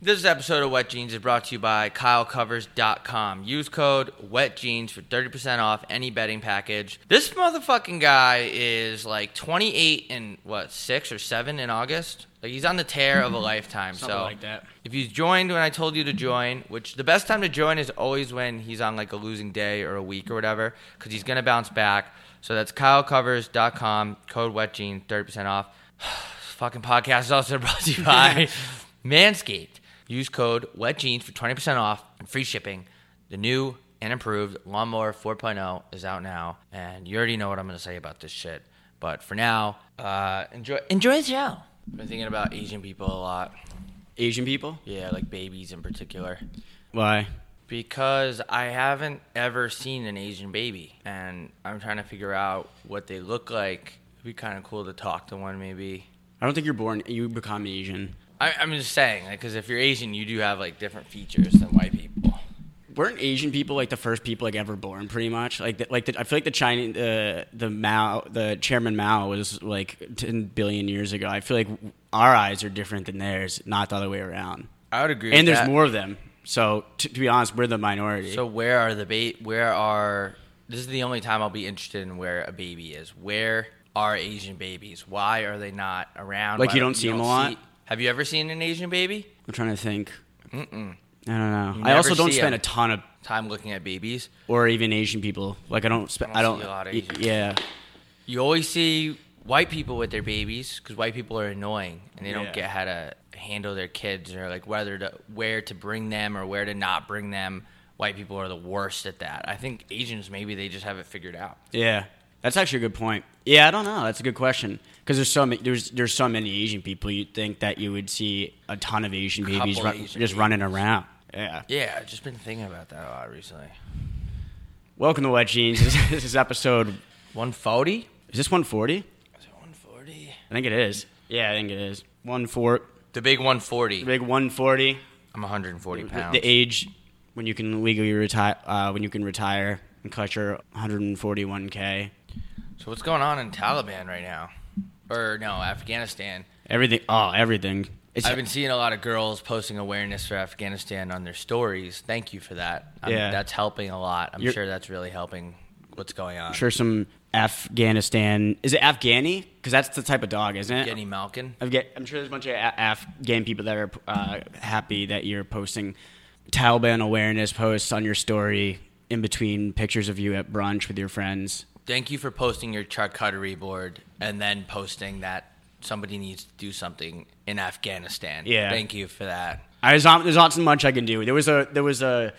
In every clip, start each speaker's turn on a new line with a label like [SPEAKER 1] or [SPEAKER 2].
[SPEAKER 1] This episode of Wet Jeans is brought to you by KyleCovers.com. Use code WETJEANS for 30% off any betting package. This motherfucking guy is like 28 and what, 6 or 7 in August? Like he's on the tear of a lifetime. so
[SPEAKER 2] like that.
[SPEAKER 1] if you joined when I told you to join, which the best time to join is always when he's on like a losing day or a week or whatever, because he's going to bounce back. So that's KyleCovers.com, code WetJeans, 30% off. fucking podcast is also brought to you by Manscaped. Use code WETJEANS for 20% off and free shipping. The new and improved Lawnmower 4.0 is out now, and you already know what I'm going to say about this shit. But for now, uh, enjoy enjoy the show. I've been thinking about Asian people a lot.
[SPEAKER 2] Asian people?
[SPEAKER 1] Yeah, like babies in particular.
[SPEAKER 2] Why?
[SPEAKER 1] Because I haven't ever seen an Asian baby, and I'm trying to figure out what they look like. It'd be kind of cool to talk to one, maybe.
[SPEAKER 2] I don't think you're born. You become Asian.
[SPEAKER 1] I, I'm just saying, because if you're Asian, you do have like different features than white people.
[SPEAKER 2] Weren't Asian people like the first people like ever born? Pretty much. Like, the, like the, I feel like the Chinese, uh, the Mao, the Chairman Mao was like 10 billion years ago. I feel like our eyes are different than theirs, not the other way around.
[SPEAKER 1] I would agree.
[SPEAKER 2] And
[SPEAKER 1] with
[SPEAKER 2] there's
[SPEAKER 1] that.
[SPEAKER 2] more of them. So t- to be honest, we're the minority.
[SPEAKER 1] So where are the ba- Where are? This is the only time I'll be interested in where a baby is. Where are Asian babies? Why are they not around?
[SPEAKER 2] Like,
[SPEAKER 1] Why
[SPEAKER 2] you
[SPEAKER 1] don't-
[SPEAKER 2] don't see 'em
[SPEAKER 1] see-
[SPEAKER 2] a lot?
[SPEAKER 1] have you ever seen an Asian baby?
[SPEAKER 2] I'm trying to think. I don't know. I
[SPEAKER 1] never
[SPEAKER 2] also don't
[SPEAKER 1] see
[SPEAKER 2] spend
[SPEAKER 1] 'em.
[SPEAKER 2] a ton of
[SPEAKER 1] Time looking at babies.
[SPEAKER 2] or even Asian people. Like I don't. Spe-
[SPEAKER 1] don't
[SPEAKER 2] I don't.
[SPEAKER 1] see a lot of
[SPEAKER 2] y-
[SPEAKER 1] Asian.
[SPEAKER 2] yeah.
[SPEAKER 1] You always see white people with their babies because white people are annoying and they
[SPEAKER 2] Yeah.
[SPEAKER 1] don't get how to handle their kids or like whether to where to bring them or where to not bring them. White people are the worst at that. I think Asians maybe they just have it figured out.
[SPEAKER 2] Yeah, that's actually a good point. Yeah, I don't know. That's a good question because there's so many, there's there's so many Asian people. You'd think that you would see a ton of Asian babies
[SPEAKER 1] Couple
[SPEAKER 2] run,
[SPEAKER 1] Asian
[SPEAKER 2] just
[SPEAKER 1] babies.
[SPEAKER 2] running around. Yeah.
[SPEAKER 1] Yeah, I've just been thinking about that a lot recently.
[SPEAKER 2] Welcome to Wet Jeans. This, this is episode.
[SPEAKER 1] 140?
[SPEAKER 2] Is this 140?
[SPEAKER 1] Is it 140?
[SPEAKER 2] I think it is. Yeah, I think it is. One four,
[SPEAKER 1] The big 140.
[SPEAKER 2] big 140.
[SPEAKER 1] I'm 140
[SPEAKER 2] The,
[SPEAKER 1] pounds.
[SPEAKER 2] the age when you can legally retire, uh, when you can retire and collect your 141k.
[SPEAKER 1] so what's going on in Taliban right now? Or no, Afghanistan.
[SPEAKER 2] Everything. Oh, everything. It's,
[SPEAKER 1] I've been seeing a lot of girls posting awareness for Afghanistan on their stories. Thank you for that. I'm-
[SPEAKER 2] Yeah.
[SPEAKER 1] That's helping a lot. I'm
[SPEAKER 2] You're-
[SPEAKER 1] sure that's really helping what's going on.
[SPEAKER 2] sure some Afghanistan. Is it Afghani? Because that's the type of dog, isn't it?
[SPEAKER 1] Jenny Malkin.
[SPEAKER 2] Afga- I'm sure there's a bunch of a- Afghan people that are uh, happy that you're posting Taliban awareness posts on your story in between pictures of you at brunch with your friends.
[SPEAKER 1] Thank you for posting your charcuterie board and then posting that somebody needs to do something in Afghanistan.
[SPEAKER 2] Yeah.
[SPEAKER 1] Thank you for that.
[SPEAKER 2] I, there's, not, there's not so much I can do. There was a there was a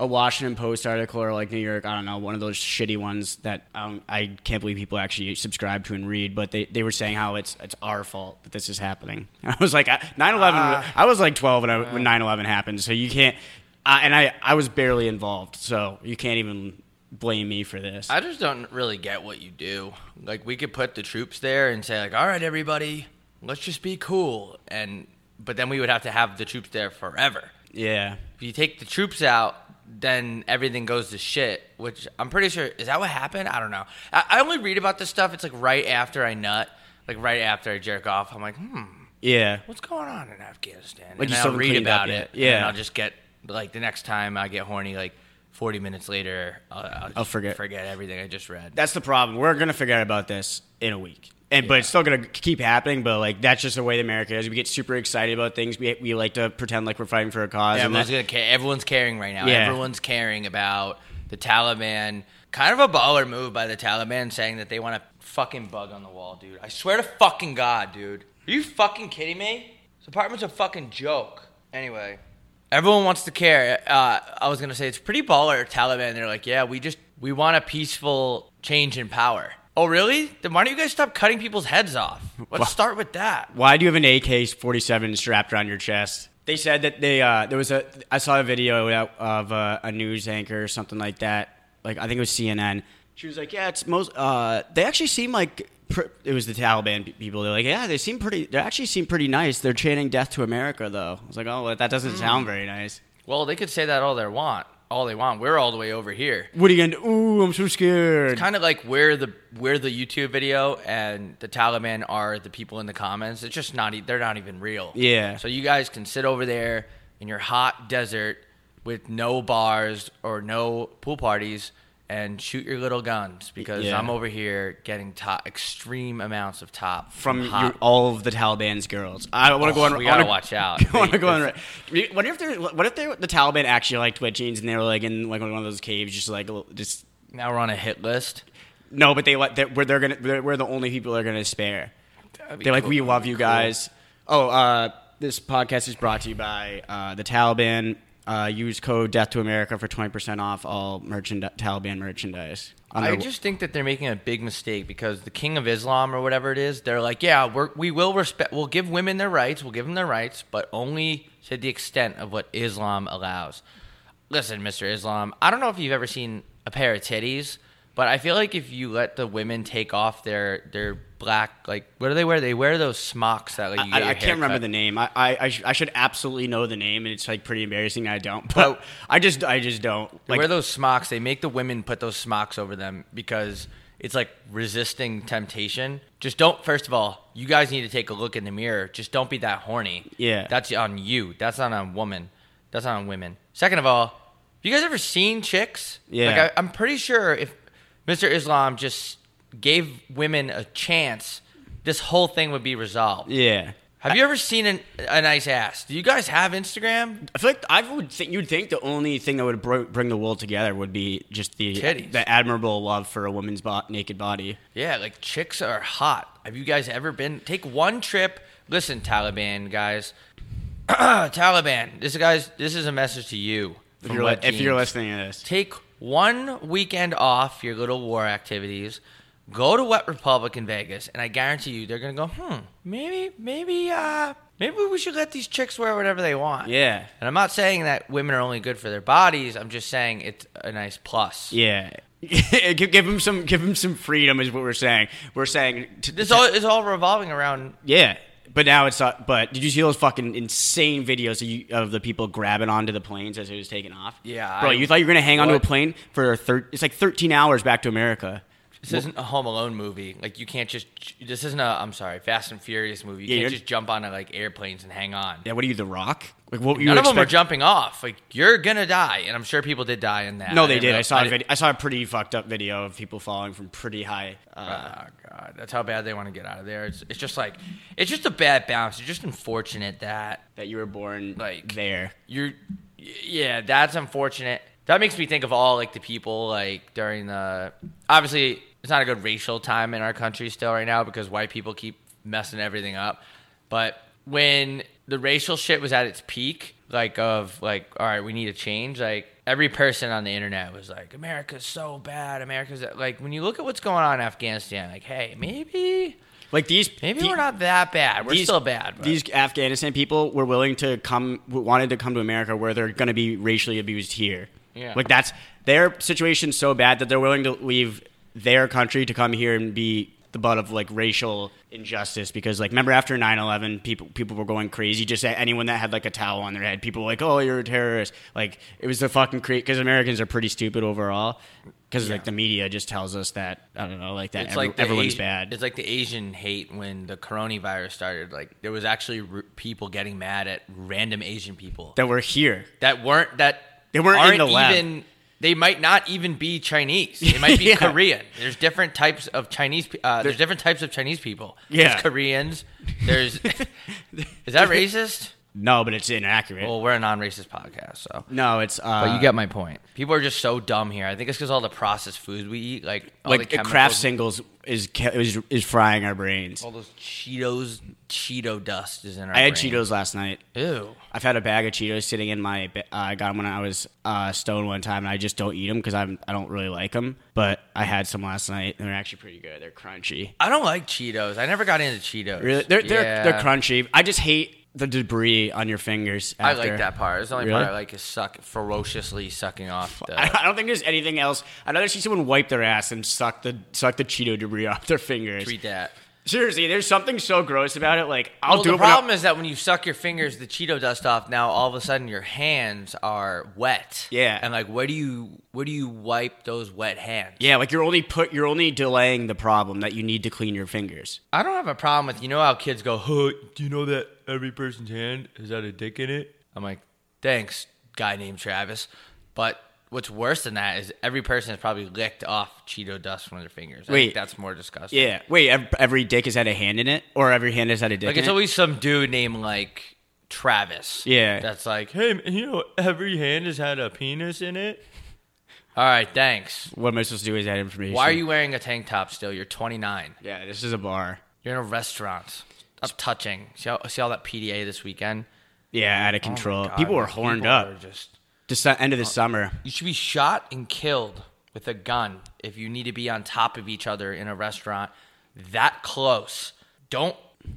[SPEAKER 2] a Washington Post article or like New York, I don't know, one of those shitty ones that um, I can't believe people actually subscribe to and read. But they, they were saying how it's it's our fault that this is happening. And I was like, I- 9/11. I was like 12 when, I, when 9/11 happened, so you can't. I, and I I was barely involved, so you can't even blame me for this.
[SPEAKER 1] I just don't really get what you do. Like we could put the troops there and say like, "All right, everybody, let's just be cool." And but then we would have to have the troops there forever.
[SPEAKER 2] yeah,
[SPEAKER 1] If you take the troops out, then everything goes to shit, which I'm pretty sure is that what happened? I don't know. I, I only read about this stuff it's like right after I nut, like right after I jerk off. I'm like, "Hmm,
[SPEAKER 2] yeah.
[SPEAKER 1] what's going on in Afghanistan?"
[SPEAKER 2] Like,
[SPEAKER 1] and
[SPEAKER 2] you
[SPEAKER 1] then
[SPEAKER 2] still
[SPEAKER 1] I'll
[SPEAKER 2] haven't
[SPEAKER 1] read
[SPEAKER 2] cleaned up
[SPEAKER 1] about
[SPEAKER 2] yet.
[SPEAKER 1] it. Yeah. And then
[SPEAKER 2] Yeah.
[SPEAKER 1] I'll just get like the next time I get horny like 40 minutes later, I'll, I'll, just
[SPEAKER 2] forget.
[SPEAKER 1] forget everything I just read.
[SPEAKER 2] That's the problem. We're gonna figure out about this in a week, and but it's still gonna keep happening. But like that's just the way that America is. We get super excited about things. We we like to pretend like we're fighting for a cause.
[SPEAKER 1] Yeah,
[SPEAKER 2] and
[SPEAKER 1] everyone's,
[SPEAKER 2] that-
[SPEAKER 1] gonna care. everyone's caring right now.
[SPEAKER 2] Yeah.
[SPEAKER 1] Everyone's caring about the Taliban. Kind of a baller move by the Taliban saying that they want a fucking bug on the wall, dude. I swear to fucking God, dude. Are you fucking kidding me? This apartment's a fucking joke. Anyway, everyone wants to care. Uh, I was gonna say it's pretty baller Taliban. They're like, yeah, we just we want a peaceful change in power. Oh, really? Then why don't you guys stop cutting people's heads off? Let's start with that.
[SPEAKER 2] Why do you have an AK-47 strapped around your chest? They said that they uh, there was a I saw a video out of uh, a news anchor or something like that. Like I think it was CNN. She was like, "Yeah, it's most." Uh, they actually seem like pr- it was the Taliban pe- people. They're like, "Yeah, they seem pretty. They actually seem pretty nice. They're chanting death to America, though." I was like, "Oh, well, that doesn't sound very nice."
[SPEAKER 1] Well, they could say that all they want. All they want. We're all the way over here.
[SPEAKER 2] What are you gonna? do? Ooh, I'm so scared.
[SPEAKER 1] Kind of like where the where the YouTube video and the Taliban are the people in the comments. It's just not. e- They're not even real.
[SPEAKER 2] Yeah.
[SPEAKER 1] So you guys can sit over there in your hot desert with no bars or no pool parties and shoot your little guns because
[SPEAKER 2] Yeah.
[SPEAKER 1] I'm over here getting top extreme amounts of top
[SPEAKER 2] from
[SPEAKER 1] hot Oh,
[SPEAKER 2] your, all of the Taliban's girls. I want to go on.
[SPEAKER 1] we
[SPEAKER 2] I wanna-
[SPEAKER 1] gotta watch out.
[SPEAKER 2] I want to go on. right- What if they're What if they the Taliban actually liked wet jeans and they were like in like one of those caves, just like l- just
[SPEAKER 1] Now we're on a hit list.
[SPEAKER 2] no, but they let they where they're gonna they're, we're the only people they're gonna spare. They're like we love you guys. Oh, uh, this podcast is brought to you by uh, the Taliban. Uh, use code Death to America for twenty percent off all merchand- Taliban merchandise. On
[SPEAKER 1] I
[SPEAKER 2] their-
[SPEAKER 1] just think that they're making a big mistake because the King of Islam or whatever it is, they're like, yeah, we're, we will respect, we'll give women their rights, we'll give them their rights, but only to the extent of what Islam allows. Listen, Mr. Islam, I don't know if you've ever seen a pair of titties, but I feel like if you let the women take off their their black, like what do they wear? They wear those smocks that like you get
[SPEAKER 2] I, I
[SPEAKER 1] your hair
[SPEAKER 2] can't remember
[SPEAKER 1] cut.
[SPEAKER 2] the name. I I, I, sh- I should absolutely know the name, and it's like pretty embarrassing. I don't, but I just I just don't.
[SPEAKER 1] They
[SPEAKER 2] Like
[SPEAKER 1] wear those smocks. They make the women put those smocks over them because it's like resisting temptation. Just don't. First of all, you guys need to take a look in the mirror. Just don't be that horny.
[SPEAKER 2] Yeah.
[SPEAKER 1] that's on you. That's not on woman. That's not on women. Second of all, have you guys ever seen chicks?
[SPEAKER 2] Yeah.
[SPEAKER 1] Like I, I'm pretty sure if Mr. Islam just gave women a chance, this whole thing would be resolved.
[SPEAKER 2] yeah.
[SPEAKER 1] Have you ever seen an, a nice ass? Do you guys have Instagram?
[SPEAKER 2] I feel like I would think you'd think the only thing that would bro- bring the world together would be just the
[SPEAKER 1] Titties.
[SPEAKER 2] the admirable love for a woman's bo- naked body.
[SPEAKER 1] Yeah, like chicks are hot. Have you guys ever been? Take one trip. Listen, Taliban guys, Taliban. This guys. This is a message to you.
[SPEAKER 2] If
[SPEAKER 1] from
[SPEAKER 2] you're,
[SPEAKER 1] Wet
[SPEAKER 2] li- if you're
[SPEAKER 1] Jeans.
[SPEAKER 2] listening to this,
[SPEAKER 1] take one weekend off your little war activities. Go to Wet Republic in Vegas, and I guarantee you, they're gonna go. Hmm. Maybe, maybe, uh, maybe we should let these chicks wear whatever they want.
[SPEAKER 2] yeah,
[SPEAKER 1] And I'm not saying that women are only good for their bodies. I'm just saying it's a nice plus.
[SPEAKER 2] yeah. give, give him some give him some freedom is what we're saying. We're saying to,
[SPEAKER 1] This all is all revolving around
[SPEAKER 2] Yeah, but now it's not. But did you see those fucking insane videos of, you, of the people grabbing onto the planes as it was taking off?
[SPEAKER 1] Yeah,
[SPEAKER 2] bro,
[SPEAKER 1] I-
[SPEAKER 2] you thought you were gonna hang onto a
[SPEAKER 1] what?
[SPEAKER 2] plane for thir- it's like thirteen hours back to America.
[SPEAKER 1] This isn't a Home Alone movie. Like you can't just. This isn't a. I'm sorry, Fast and Furious movie. You
[SPEAKER 2] Yeah,
[SPEAKER 1] can't
[SPEAKER 2] you're-
[SPEAKER 1] just jump onto like airplanes and hang on.
[SPEAKER 2] Yeah, what are you, The Rock? Like what were you
[SPEAKER 1] None of them are
[SPEAKER 2] expect-
[SPEAKER 1] jumping off. Like you're gonna die, and I'm sure people did die in that.
[SPEAKER 2] No, they did.
[SPEAKER 1] didn't
[SPEAKER 2] I saw a
[SPEAKER 1] real-
[SPEAKER 2] vid- I saw a pretty fucked up video of people falling from pretty high. Uh,
[SPEAKER 1] Oh god, that's how bad they want to get out of there. It's, it's just like, it's just a bad bounce. It's just unfortunate that
[SPEAKER 2] that you were born
[SPEAKER 1] Like-
[SPEAKER 2] there.
[SPEAKER 1] you're y- yeah that's unfortunate that makes me think of all like the people like during the obviously it's not a good racial time in our country still right now because white people keep messing everything up but when the racial shit was at its peak like of like all right we need a change like every person on the internet was like america's so bad america's like when you look at what's going on in afghanistan like hey maybe
[SPEAKER 2] Like these,
[SPEAKER 1] maybe
[SPEAKER 2] the-
[SPEAKER 1] we're not that bad we're still bad but-
[SPEAKER 2] These Afghanistan people were willing to come, wanted to come to America where they're going to be racially abused here.
[SPEAKER 1] Yeah.
[SPEAKER 2] Like that's their situation's so bad that they're willing to leave their country to come here and be the butt of like racial injustice because like remember after 9-11 people people were going crazy just a- anyone that had like a towel on their head people were like oh you're a terrorist like it was the fucking crazy because americans are pretty stupid overall because like the media just tells us that i don't know like that
[SPEAKER 1] It's
[SPEAKER 2] every-
[SPEAKER 1] like the
[SPEAKER 2] everyone's
[SPEAKER 1] Asi-
[SPEAKER 2] bad
[SPEAKER 1] It's like the Asian hate when the coronavirus started. Like there was actually r- people getting mad at random Asian people
[SPEAKER 2] that we're here
[SPEAKER 1] that weren't that
[SPEAKER 2] They weren't in
[SPEAKER 1] aren't
[SPEAKER 2] the lab.
[SPEAKER 1] even. They might not even be Chinese. They might be
[SPEAKER 2] Yeah.
[SPEAKER 1] Korean. There's different types of Chinese. pe- Uh, there's different types of Chinese people.
[SPEAKER 2] Yeah.
[SPEAKER 1] There's Koreans. There's is that racist?
[SPEAKER 2] no but it's inaccurate
[SPEAKER 1] Well, we're a non-racist podcast, so.
[SPEAKER 2] No, it's uh,
[SPEAKER 1] But you get my point. People are just so dumb here. I think it's because all the processed food we eat, like all
[SPEAKER 2] like
[SPEAKER 1] the
[SPEAKER 2] Kraft
[SPEAKER 1] chemicals-
[SPEAKER 2] singles is ca- is is frying our brains.
[SPEAKER 1] All those Cheetos, Cheeto dust is in our.
[SPEAKER 2] I had
[SPEAKER 1] brain.
[SPEAKER 2] Cheetos last night.
[SPEAKER 1] Ew.
[SPEAKER 2] I've had a bag of Cheetos sitting in my. ba- Uh, I got them when I was uh, stoned one time, and I just don't eat them because I'm I don't really like them. But I had some last night, and they're actually pretty good. They're crunchy.
[SPEAKER 1] I don't like Cheetos. I never got into Cheetos.
[SPEAKER 2] Really, they're they're they're
[SPEAKER 1] Yeah.
[SPEAKER 2] crunchy. I just hate the debris on your fingers.
[SPEAKER 1] I
[SPEAKER 2] after.
[SPEAKER 1] like that part. It's the only
[SPEAKER 2] Really?
[SPEAKER 1] part I like is suck ferociously sucking off. The,
[SPEAKER 2] I I don't think there's anything else. I'd rather see someone wipe their ass and suck the suck the Cheeto debris off their fingers.
[SPEAKER 1] tweet that.
[SPEAKER 2] Seriously, there's something so gross about it. Like I'll
[SPEAKER 1] well,
[SPEAKER 2] do
[SPEAKER 1] the
[SPEAKER 2] it. when I-
[SPEAKER 1] problem is that when you suck your fingers the Cheeto dust off, now all of a sudden your hands are wet.
[SPEAKER 2] Yeah.
[SPEAKER 1] And like, where do you where do you wipe those wet hands?
[SPEAKER 2] yeah, like you're only put you're only delaying the problem that you need to clean your fingers.
[SPEAKER 1] I don't have a problem with you know how kids go, huh, do you know that every person's hand has had a dick in it? I'm like, thanks, guy named Travis. But what's worse than that is every person has probably licked off Cheeto dust from their fingers. I
[SPEAKER 2] Wait.
[SPEAKER 1] think that's more disgusting.
[SPEAKER 2] Yeah. Wait, ev- every dick has had a hand in it, or every hand has had a dick.
[SPEAKER 1] Like
[SPEAKER 2] in
[SPEAKER 1] it's
[SPEAKER 2] it?
[SPEAKER 1] always some dude named like Travis.
[SPEAKER 2] Yeah.
[SPEAKER 1] That's like, hey, man, you know, every hand has had a penis in it. All right, thanks.
[SPEAKER 2] What am I supposed to do with that information?
[SPEAKER 1] Why are you wearing a tank top still? You're 29.
[SPEAKER 2] Yeah, this is a bar.
[SPEAKER 1] You're in a restaurant. Stop touching. See how see all that PDA this weekend?
[SPEAKER 2] Yeah, out of
[SPEAKER 1] Oh my
[SPEAKER 2] control.
[SPEAKER 1] God,
[SPEAKER 2] people were
[SPEAKER 1] these
[SPEAKER 2] horned
[SPEAKER 1] people are Oh.
[SPEAKER 2] up.
[SPEAKER 1] Just
[SPEAKER 2] Just the end of the summer.
[SPEAKER 1] you should be shot and killed with a gun if you need to be on top of each other in a restaurant that close. Don't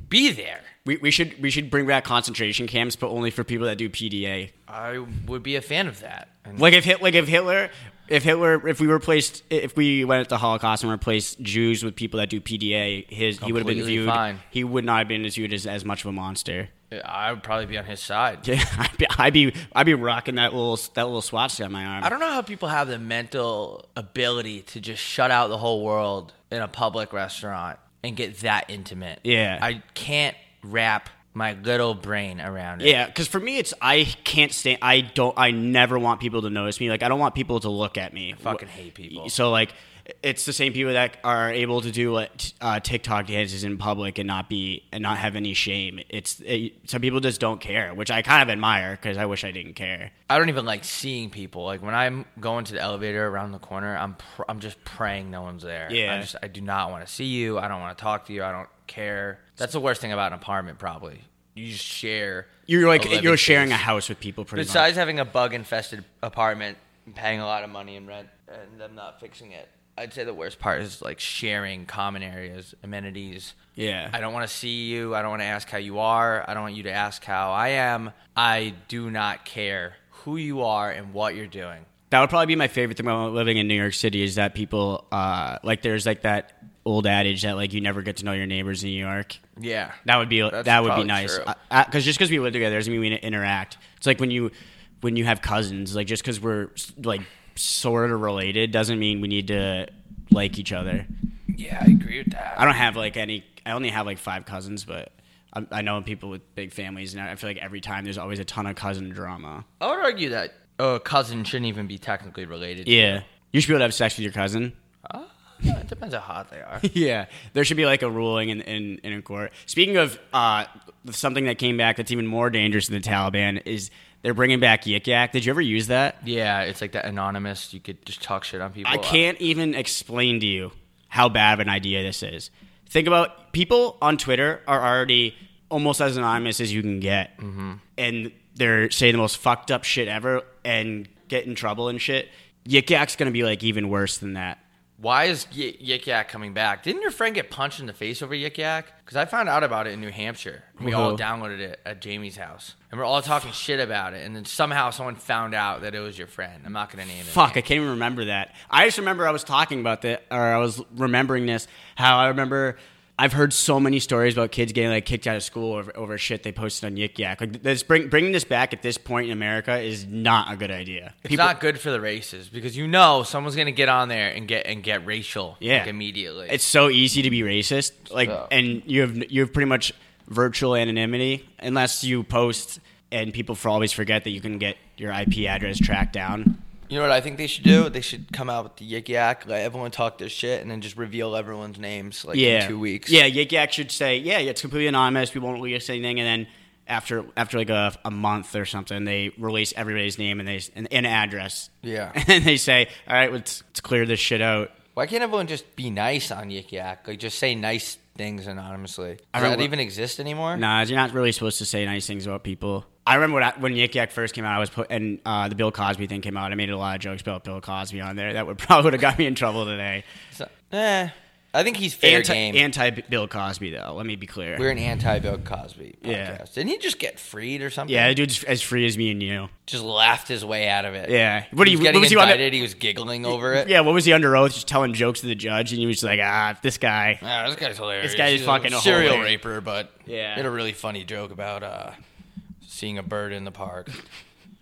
[SPEAKER 1] be there.
[SPEAKER 2] We, we should we should bring back concentration camps, but only for people that do PDA.
[SPEAKER 1] I would be a fan of that. And
[SPEAKER 2] Like if Hit, like if Hitler, if Hitler, if we replaced, if we went at the Holocaust and replaced Jews with people that do PDA, his he would have been
[SPEAKER 1] Completely
[SPEAKER 2] viewed.
[SPEAKER 1] fine.
[SPEAKER 2] He would not have been as viewed as, as much of a monster.
[SPEAKER 1] I would probably be on his side.
[SPEAKER 2] Yeah, I'd be, I'd be I'd be rocking that little that little swastika on my arm.
[SPEAKER 1] I don't know how people have the mental ability to just shut out the whole world in a public restaurant and get that intimate.
[SPEAKER 2] Yeah.
[SPEAKER 1] I can't wrap my little brain around it.
[SPEAKER 2] Yeah, because for me, it's I can't stand. I don't. I never want people to notice me. Like I don't want people to look at me.
[SPEAKER 1] fucking hate people.
[SPEAKER 2] So like, it's the same people that are able to do like, uh, TikTok dances in public and not be and not have any shame. It's it, some people just don't care, which I kind of admire because I wish I didn't care.
[SPEAKER 1] I don't even like seeing people. Like when I'm going to the elevator around the corner, I'm pr- I'm just praying no one's there.
[SPEAKER 2] Yeah.
[SPEAKER 1] I just I do not want to see you. I don't want to talk to you. I don't care. That's the worst thing about an apartment probably. You just share
[SPEAKER 2] You're
[SPEAKER 1] a
[SPEAKER 2] like
[SPEAKER 1] living
[SPEAKER 2] you're sharing a
[SPEAKER 1] space.
[SPEAKER 2] house with people pretty much.
[SPEAKER 1] Besides having a bug infested apartment and paying a lot of money in rent and them not fixing it, I'd say the worst part is like sharing common areas, amenities.
[SPEAKER 2] Yeah.
[SPEAKER 1] I don't want to see you. I don't want to ask how you are. I don't want you to ask how I am. I do not care who you are and what you're doing.
[SPEAKER 2] That would probably be my favorite thing about living in New York City is that people uh like there's like that old adage that like you never get to know your neighbors in New York.
[SPEAKER 1] Yeah.
[SPEAKER 2] That would be
[SPEAKER 1] That's
[SPEAKER 2] that would
[SPEAKER 1] probably
[SPEAKER 2] be nice.
[SPEAKER 1] true.
[SPEAKER 2] Because just because we live together doesn't mean we interact. It's like when you when you have cousins. Like just because we're like sort of related doesn't mean we need to like each other.
[SPEAKER 1] yeah, I agree with that.
[SPEAKER 2] I don't have like any. I only have like five cousins, but I, I know people with big families, and I feel like every time there's always a ton of cousin drama.
[SPEAKER 1] I would argue that a cousin shouldn't even be technically related.
[SPEAKER 2] Yeah, you should be able to have sex with your cousin.
[SPEAKER 1] Yeah, It depends how hot they are.
[SPEAKER 2] Yeah, there should be like a ruling in in, in a court. Speaking of uh, something that came back that's even more dangerous than the Taliban is they're bringing back Yik Yak. Did you ever use that?
[SPEAKER 1] yeah, it's like that anonymous. You could just talk shit on people.
[SPEAKER 2] I can't even explain to you how bad of an idea this is. Think about people on Twitter are already almost as anonymous as you can get, and they're saying the most fucked up shit ever and get in trouble and shit. Yik Yak's gonna be like even worse than that.
[SPEAKER 1] Why is y- Yik Yak coming back? Didn't your friend get punched in the face over Yik Yak? Because I found out about it in New Hampshire. We all
[SPEAKER 2] Whoa.
[SPEAKER 1] downloaded it at Jamie's house, and we're all talking shit about it. And then somehow someone found out that it was your friend. I'm not gonna name it.
[SPEAKER 2] Fuck, I can't even remember that. I just remember I was talking about that, or I was remembering this. How I remember, I've heard so many stories about kids getting like kicked out of school over, over shit they posted on Yik Yak. Like this, bring, bringing this back at this point in America is not a good idea.
[SPEAKER 1] It's not good for the races because you know someone's gonna get on there and get and get racial.
[SPEAKER 2] Yeah.
[SPEAKER 1] like, immediately.
[SPEAKER 2] it's so easy to be racist, like,
[SPEAKER 1] So-
[SPEAKER 2] and you have you have pretty much virtual anonymity unless you post, and people for always forget that you can get your IP address tracked down.
[SPEAKER 1] you know what I think they should do? They should come out with the Yik Yak, let everyone talk their shit, and then just reveal everyone's names like
[SPEAKER 2] yeah.
[SPEAKER 1] in two weeks.
[SPEAKER 2] Yeah, Yik Yak should say, yeah, it's completely anonymous. We won't release anything. And then after after like a, a month or something, they release everybody's name and they and, and address.
[SPEAKER 1] Yeah.
[SPEAKER 2] and they say, all right, let's, let's clear this shit out.
[SPEAKER 1] Why can't everyone just be nice on Yik Yak? Like, just say nice things anonymously. Does
[SPEAKER 2] remember-
[SPEAKER 1] that even exist anymore?
[SPEAKER 2] Nah, you're not really supposed to say nice things about people. I remember when, I, when Yik Yak first came out, I was put and uh, the Bill Cosby thing came out. I made a lot of jokes about Bill Cosby on there. That would probably would have got me in trouble today.
[SPEAKER 1] So, eh, I think he's fair
[SPEAKER 2] anti
[SPEAKER 1] game.
[SPEAKER 2] anti Bill Cosby though. Let me be clear.
[SPEAKER 1] We're an anti Bill Cosby podcast.
[SPEAKER 2] Yeah.
[SPEAKER 1] Didn't he just get freed or something?
[SPEAKER 2] yeah, the dude's as free as me and you.
[SPEAKER 1] Just laughed his way out of it.
[SPEAKER 2] Yeah.
[SPEAKER 1] What
[SPEAKER 2] What
[SPEAKER 1] he
[SPEAKER 2] do
[SPEAKER 1] was
[SPEAKER 2] you- what
[SPEAKER 1] getting
[SPEAKER 2] was he on the-
[SPEAKER 1] indicted. He was giggling over it.
[SPEAKER 2] Yeah, what was he under oath? Just telling jokes to the judge, and he was just like, ah, this guy.
[SPEAKER 1] Ah, this guy's hilarious.
[SPEAKER 2] This guy's
[SPEAKER 1] He's
[SPEAKER 2] fucking
[SPEAKER 1] a serial
[SPEAKER 2] hilarious.
[SPEAKER 1] raper, but
[SPEAKER 2] Yeah.
[SPEAKER 1] he had a really funny joke about uh, seeing a bird in the park.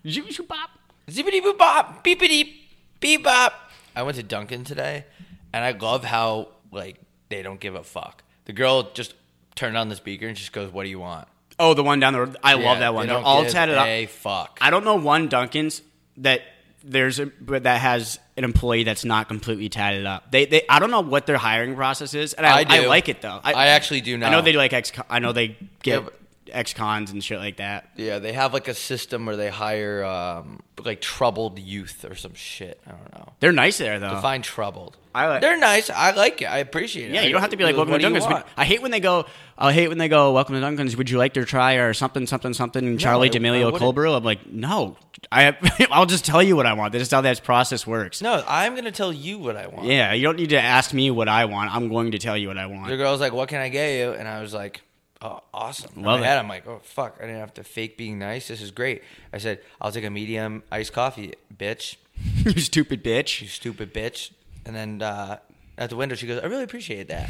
[SPEAKER 2] Zoop, zoop, bop.
[SPEAKER 1] Zippity boop bop, beepity beep bop. I went to Dunkin' today, and I love how like they don't give a fuck. The girl just turned on the speaker and just goes, "What do you want?"
[SPEAKER 2] Oh, the one down the road. I love
[SPEAKER 1] Yeah,
[SPEAKER 2] that one.
[SPEAKER 1] They
[SPEAKER 2] They're
[SPEAKER 1] don't
[SPEAKER 2] all
[SPEAKER 1] give
[SPEAKER 2] tatted up.
[SPEAKER 1] a fuck.
[SPEAKER 2] I don't know one Duncan's that there's a, but that has an employee that's not completely tatted up. They, they I don't know what their hiring process is, and I,
[SPEAKER 1] I do.
[SPEAKER 2] like it though.
[SPEAKER 1] I actually do
[SPEAKER 2] I know
[SPEAKER 1] know.
[SPEAKER 2] they like ex. I know they get
[SPEAKER 1] Yeah, but-
[SPEAKER 2] ex cons and shit like that.
[SPEAKER 1] Yeah, they have like a system where they hire um, like troubled youth or some shit. I don't know.
[SPEAKER 2] They're nice there though.
[SPEAKER 1] Define troubled.
[SPEAKER 2] Uh. I like-
[SPEAKER 1] They're nice. I like it. I appreciate it.
[SPEAKER 2] Yeah,
[SPEAKER 1] I-
[SPEAKER 2] you don't have to be like
[SPEAKER 1] what
[SPEAKER 2] welcome to
[SPEAKER 1] do you
[SPEAKER 2] Duncan's.
[SPEAKER 1] want?
[SPEAKER 2] I hate when they go. I hate when they go. Welcome to Duncan's. Would you like to try or something, something, something? Charlie
[SPEAKER 1] I- I
[SPEAKER 2] D'Amelio
[SPEAKER 1] wouldn't.
[SPEAKER 2] cold brew. I'm like, no. I I'll just tell you what I want. This is how that process works.
[SPEAKER 1] No, I'm gonna tell you what I want.
[SPEAKER 2] Yeah, you don't need to ask me what I want. I'm going to tell you what I
[SPEAKER 1] The
[SPEAKER 2] want.
[SPEAKER 1] girl's like, "What can I get you?" And I was like, "Oh, awesome!" In
[SPEAKER 2] Love
[SPEAKER 1] my
[SPEAKER 2] it.
[SPEAKER 1] head, I'm like, "Oh fuck, I didn't have to fake being nice. This is great." I said, "I'll take a medium iced coffee, bitch.
[SPEAKER 2] you stupid bitch.
[SPEAKER 1] You stupid bitch." And then uh, at the window, she goes, "I really appreciate that."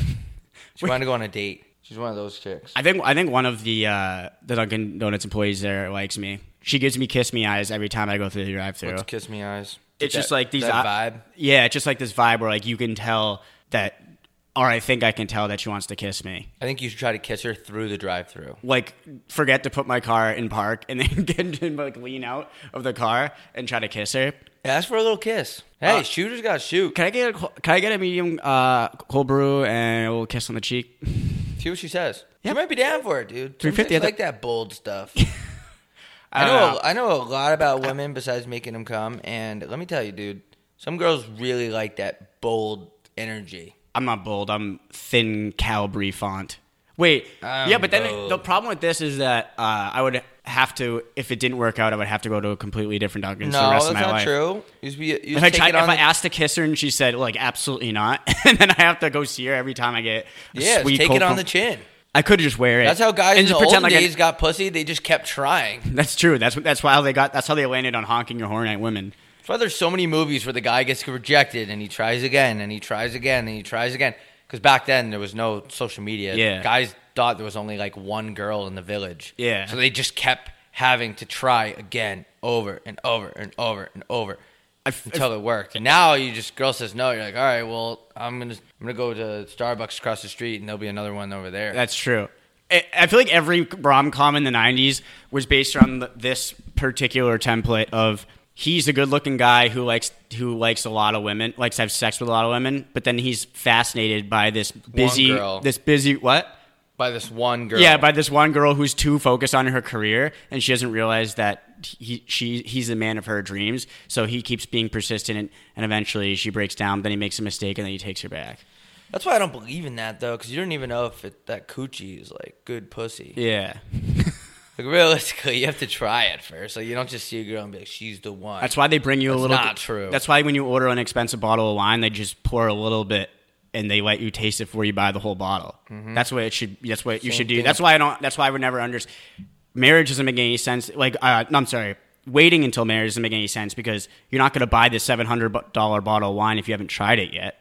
[SPEAKER 1] She wanted to go on a date. She's one of those chicks.
[SPEAKER 2] I think I think one of the uh, the Dunkin' Donuts employees there likes me. She gives me kiss me eyes every time I go through the drive-through.
[SPEAKER 1] Let's kiss me eyes.
[SPEAKER 2] It's just
[SPEAKER 1] That-
[SPEAKER 2] like these
[SPEAKER 1] that
[SPEAKER 2] eye-
[SPEAKER 1] vibe.
[SPEAKER 2] Yeah, it's just like this vibe where like you can tell that, or I think I can tell that she wants to kiss me.
[SPEAKER 1] I think you should try to kiss her through the drive-through.
[SPEAKER 2] Like forget to put my car in park and then get and like lean out of the car and try to kiss her.
[SPEAKER 1] Ask for a little kiss.
[SPEAKER 2] Uh,
[SPEAKER 1] Hey, shooters got to shoot.
[SPEAKER 2] Can I get a, col- can I get a medium uh, cold brew and a little kiss on the cheek?
[SPEAKER 1] See what she says. She might be down for it, dude. Some
[SPEAKER 2] 350
[SPEAKER 1] chicks
[SPEAKER 2] at the-
[SPEAKER 1] like that bold stuff. I know,
[SPEAKER 2] don't know.
[SPEAKER 1] I know a lot about women besides making them come, and let me tell you, dude, some girls really like that bold energy.
[SPEAKER 2] I'm not bold. I'm thin Calibri font. Wait,
[SPEAKER 1] I'm
[SPEAKER 2] yeah, but then
[SPEAKER 1] bold.
[SPEAKER 2] the problem with this is that uh, I would have to, if it didn't work out, I would have to go to a completely different Dunkin'
[SPEAKER 1] no,
[SPEAKER 2] for the rest
[SPEAKER 1] that's
[SPEAKER 2] of my
[SPEAKER 1] not
[SPEAKER 2] life.
[SPEAKER 1] true. You should be, you
[SPEAKER 2] If
[SPEAKER 1] should
[SPEAKER 2] I
[SPEAKER 1] take
[SPEAKER 2] tried,
[SPEAKER 1] it
[SPEAKER 2] if
[SPEAKER 1] on
[SPEAKER 2] I
[SPEAKER 1] the-
[SPEAKER 2] asked to kiss her and she said like absolutely not, and then I have to go see her every time I get a
[SPEAKER 1] yeah,
[SPEAKER 2] sweet
[SPEAKER 1] just take
[SPEAKER 2] cold
[SPEAKER 1] it on
[SPEAKER 2] from-
[SPEAKER 1] the chin.
[SPEAKER 2] I could just wear it.
[SPEAKER 1] That's how guys
[SPEAKER 2] and
[SPEAKER 1] in the old
[SPEAKER 2] just pretend like I-
[SPEAKER 1] days got pussy. They just kept trying.
[SPEAKER 2] that's true. That's what. That's how they got. That's how they landed on honking your horn at women.
[SPEAKER 1] That's why there's so many movies where the guy gets rejected and he tries again and he tries again and he tries again. Because back then there was no social media.
[SPEAKER 2] Yeah.
[SPEAKER 1] Guys thought there was only like one girl in the village.
[SPEAKER 2] Yeah.
[SPEAKER 1] So they just kept having to try again over and over and over and over
[SPEAKER 2] I f-
[SPEAKER 1] until it worked. And now you just girl says no. You're like, all right, well I'm gonna I'm gonna go to Starbucks across the street and there'll be another one over there.
[SPEAKER 2] That's true. I, I feel like every rom com in the '90s was based around th this particular template of he's a good-looking guy who likes who likes a lot of women, likes to have sex with a lot of women, but then he's fascinated by this busy,
[SPEAKER 1] girl.
[SPEAKER 2] this busy what?
[SPEAKER 1] by this one girl.
[SPEAKER 2] Yeah, by this one girl who's too focused on her career, and she doesn't realize that he she he's the man of her dreams. So he keeps being persistent, and, and eventually she breaks down. Then he makes a mistake, and then he takes her back.
[SPEAKER 1] That's why I don't believe in that though, because you don't even know if it, that coochie is like good pussy.
[SPEAKER 2] Yeah,
[SPEAKER 1] Like realistically, you have to try it first. Like you don't just see a girl and be like, "She's the one."
[SPEAKER 2] That's why they bring you a
[SPEAKER 1] That's
[SPEAKER 2] little.
[SPEAKER 1] not true.
[SPEAKER 2] That's why when you order an expensive bottle of wine, they just pour a little bit and they let you taste it before you buy the whole bottle. That's what it should. That's what
[SPEAKER 1] Mm-hmm.
[SPEAKER 2] you
[SPEAKER 1] Same
[SPEAKER 2] should do.
[SPEAKER 1] thing.
[SPEAKER 2] That's why I don't. That's why I would never understand. Marriage doesn't make any sense. Like, uh, no, I'm sorry. Waiting until marriage doesn't make any sense because you're not going to buy the seven hundred dollar bottle of wine if you haven't tried it yet.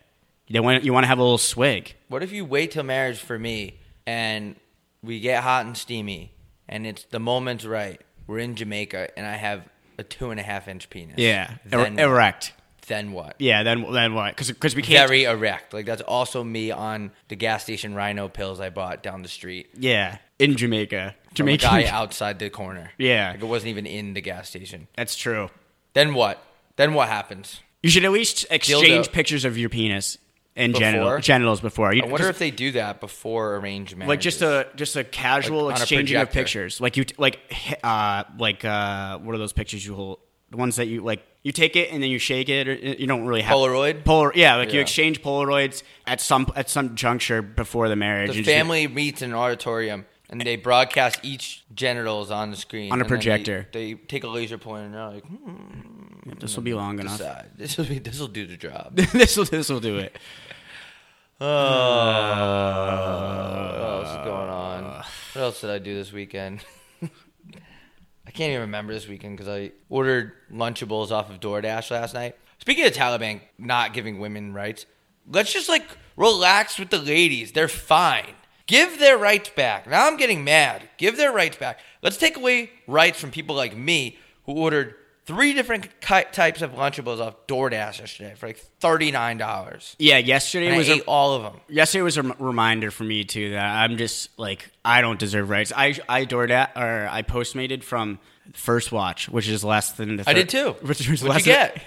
[SPEAKER 2] They want you want to have a little swig.
[SPEAKER 1] What if you wait till marriage for me, and we get hot and steamy, and it's the moment's right. We're in Jamaica, and I have a two and a half inch penis.
[SPEAKER 2] Yeah,
[SPEAKER 1] Then what?
[SPEAKER 2] Er, erect.
[SPEAKER 1] Then what?
[SPEAKER 2] Yeah, then then what? Because we can't.
[SPEAKER 1] Very erect. Like that's also me on the gas station Rhino pills I bought down the street.
[SPEAKER 2] yeah, in Jamaica,
[SPEAKER 1] From a
[SPEAKER 2] Jamaica.
[SPEAKER 1] guy outside the corner.
[SPEAKER 2] Yeah.
[SPEAKER 1] like it wasn't even in the gas station.
[SPEAKER 2] That's true.
[SPEAKER 1] Then what? Then what happens?
[SPEAKER 2] You should at least exchange
[SPEAKER 1] Dildo.
[SPEAKER 2] pictures of your penis and
[SPEAKER 1] Before?
[SPEAKER 2] genital, genitals before. You,
[SPEAKER 1] I wonder if
[SPEAKER 2] just-
[SPEAKER 1] they do that before arranged marriage.
[SPEAKER 2] like just a just a casual
[SPEAKER 1] Like, on a
[SPEAKER 2] exchanging of
[SPEAKER 1] projector.
[SPEAKER 2] pictures. Like you t- like h- uh like uh what are those pictures you hold? the ones that you like. You take it and then you shake it, or you don't really have
[SPEAKER 1] Polaroid?
[SPEAKER 2] Polar, yeah, like you
[SPEAKER 1] Yeah.
[SPEAKER 2] exchange Polaroids at some at some juncture before the marriage.
[SPEAKER 1] The
[SPEAKER 2] and just-
[SPEAKER 1] family meets in an auditorium and they broadcast each genitals on the screen
[SPEAKER 2] On a
[SPEAKER 1] and then they-
[SPEAKER 2] projector.
[SPEAKER 1] They, take a laser pointer and they're like, hmm,
[SPEAKER 2] this will be long enough.
[SPEAKER 1] decide. this will be this will do the job.
[SPEAKER 2] this will this will do it.
[SPEAKER 1] what else Oh, is going
[SPEAKER 2] Uh.
[SPEAKER 1] on? What else did I do this weekend? I can't even remember this weekend because I ordered Lunchables off of DoorDash last night. Speaking of Taliban not giving women rights, let's just like relax with the ladies. They're fine. Give their rights back. Now I'm getting mad. Give their rights back. Let's take away rights from people like me who ordered three different ki- types of Lunchables off DoorDash yesterday for like $39.
[SPEAKER 2] Yeah, yesterday
[SPEAKER 1] And I
[SPEAKER 2] was
[SPEAKER 1] ate
[SPEAKER 2] a,
[SPEAKER 1] all of them.
[SPEAKER 2] yesterday was a rem- reminder for me too that I'm just like I don't deserve rights. I I DoorDash or I postmated from First Watch, which is less than the.
[SPEAKER 1] I did too.
[SPEAKER 2] Which
[SPEAKER 1] What'd
[SPEAKER 2] was
[SPEAKER 1] you
[SPEAKER 2] less than-
[SPEAKER 1] get?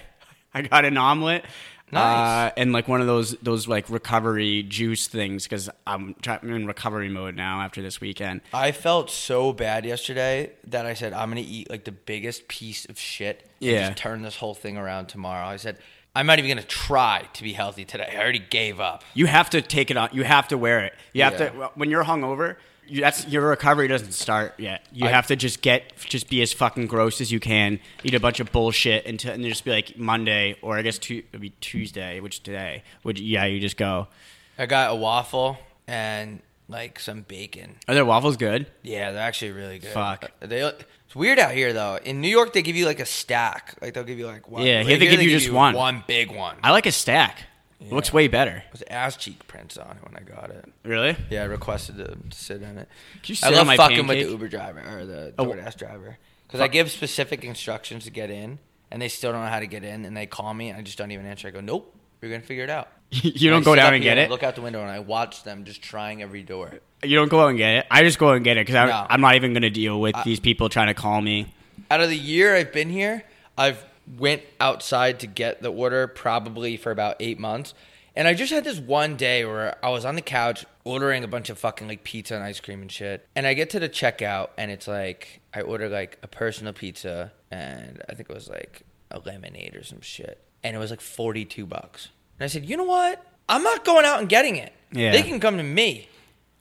[SPEAKER 2] I got an omelet.
[SPEAKER 1] Nice.
[SPEAKER 2] Uh, and like one of those those like recovery juice things because I'm, try- I'm in recovery mode now after this weekend.
[SPEAKER 1] I felt so bad yesterday that I said I'm gonna eat like the biggest piece of shit. and
[SPEAKER 2] Yeah.
[SPEAKER 1] just turn this whole thing around tomorrow. I said I'm not even gonna try to be healthy today. I already gave up.
[SPEAKER 2] You have to take it on. You have to wear it. You have
[SPEAKER 1] Yeah.
[SPEAKER 2] to when you're hungover. You, that's your recovery doesn't start yet. You have to just get just be as fucking gross as you can. Eat a bunch of bullshit until and just be like Monday or I guess tu- it'd be Tuesday, which today, which yeah, you just go.
[SPEAKER 1] I got a waffle and like some bacon.
[SPEAKER 2] Are their waffles good?
[SPEAKER 1] Yeah, they're actually really good.
[SPEAKER 2] Fuck.
[SPEAKER 1] They. It's weird out here though. In New York, they give you like a stack. Like they'll give you like one.
[SPEAKER 2] Yeah, here
[SPEAKER 1] like,
[SPEAKER 2] they give you just one.
[SPEAKER 1] One big one.
[SPEAKER 2] I like a stack. It looks way better.
[SPEAKER 1] It was ass cheek prints on it when I got it.
[SPEAKER 2] Really?
[SPEAKER 1] Yeah, I requested to sit in it.
[SPEAKER 2] you
[SPEAKER 1] I
[SPEAKER 2] sit
[SPEAKER 1] love
[SPEAKER 2] on my
[SPEAKER 1] fucking with
[SPEAKER 2] pancake? Oh,
[SPEAKER 1] the Uber driver or the DoorDash driver because I give specific instructions to get in, and they still don't know how to get in, and they call me, and I just don't even answer. I go, "Nope, you're gonna figure it out."
[SPEAKER 2] you
[SPEAKER 1] And I
[SPEAKER 2] don't go
[SPEAKER 1] sit
[SPEAKER 2] down
[SPEAKER 1] up
[SPEAKER 2] and
[SPEAKER 1] here
[SPEAKER 2] get it.
[SPEAKER 1] I look out the window, and I watch them just trying every door.
[SPEAKER 2] you don't go out and get it. I just go out and get it because
[SPEAKER 1] No.
[SPEAKER 2] I'm not even gonna deal with these people trying to call me.
[SPEAKER 1] Out of the year I've been here, I've went outside to get the order probably for about eight months. And I just had this one day where I was on the couch ordering a bunch of fucking like pizza and ice cream and shit. And I get to the checkout and it's like I ordered like a personal pizza and I think it was like a lemonade or some shit. And it was like 42 bucks. And I said, "You know what? I'm not going out and getting it.
[SPEAKER 2] Yeah.
[SPEAKER 1] They can come to me."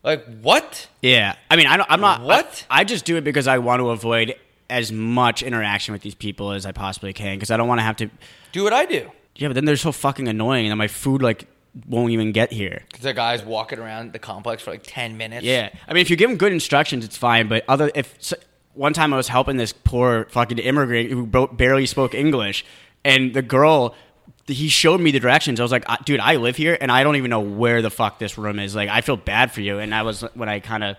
[SPEAKER 1] Like, what?
[SPEAKER 2] Yeah, I mean, I don't, I'm not.
[SPEAKER 1] What?
[SPEAKER 2] I, I just do it because I want to avoid as much interaction with these people as I possibly can because I don't want to have to.
[SPEAKER 1] Do what I do.
[SPEAKER 2] Yeah, but then they're so fucking annoying, and then my food like won't even get here.
[SPEAKER 1] The guy's walking around the complex for like 10 minutes.
[SPEAKER 2] Yeah, I mean, if you give them good instructions, it's fine. But other, if so, one time I was helping this poor fucking immigrant who bo- barely spoke English, and the girl, he showed me the directions. I was like, "Uh, dude, I live here, and I don't even know where the fuck this room is. Like, I feel bad for you. And I was when I kind of,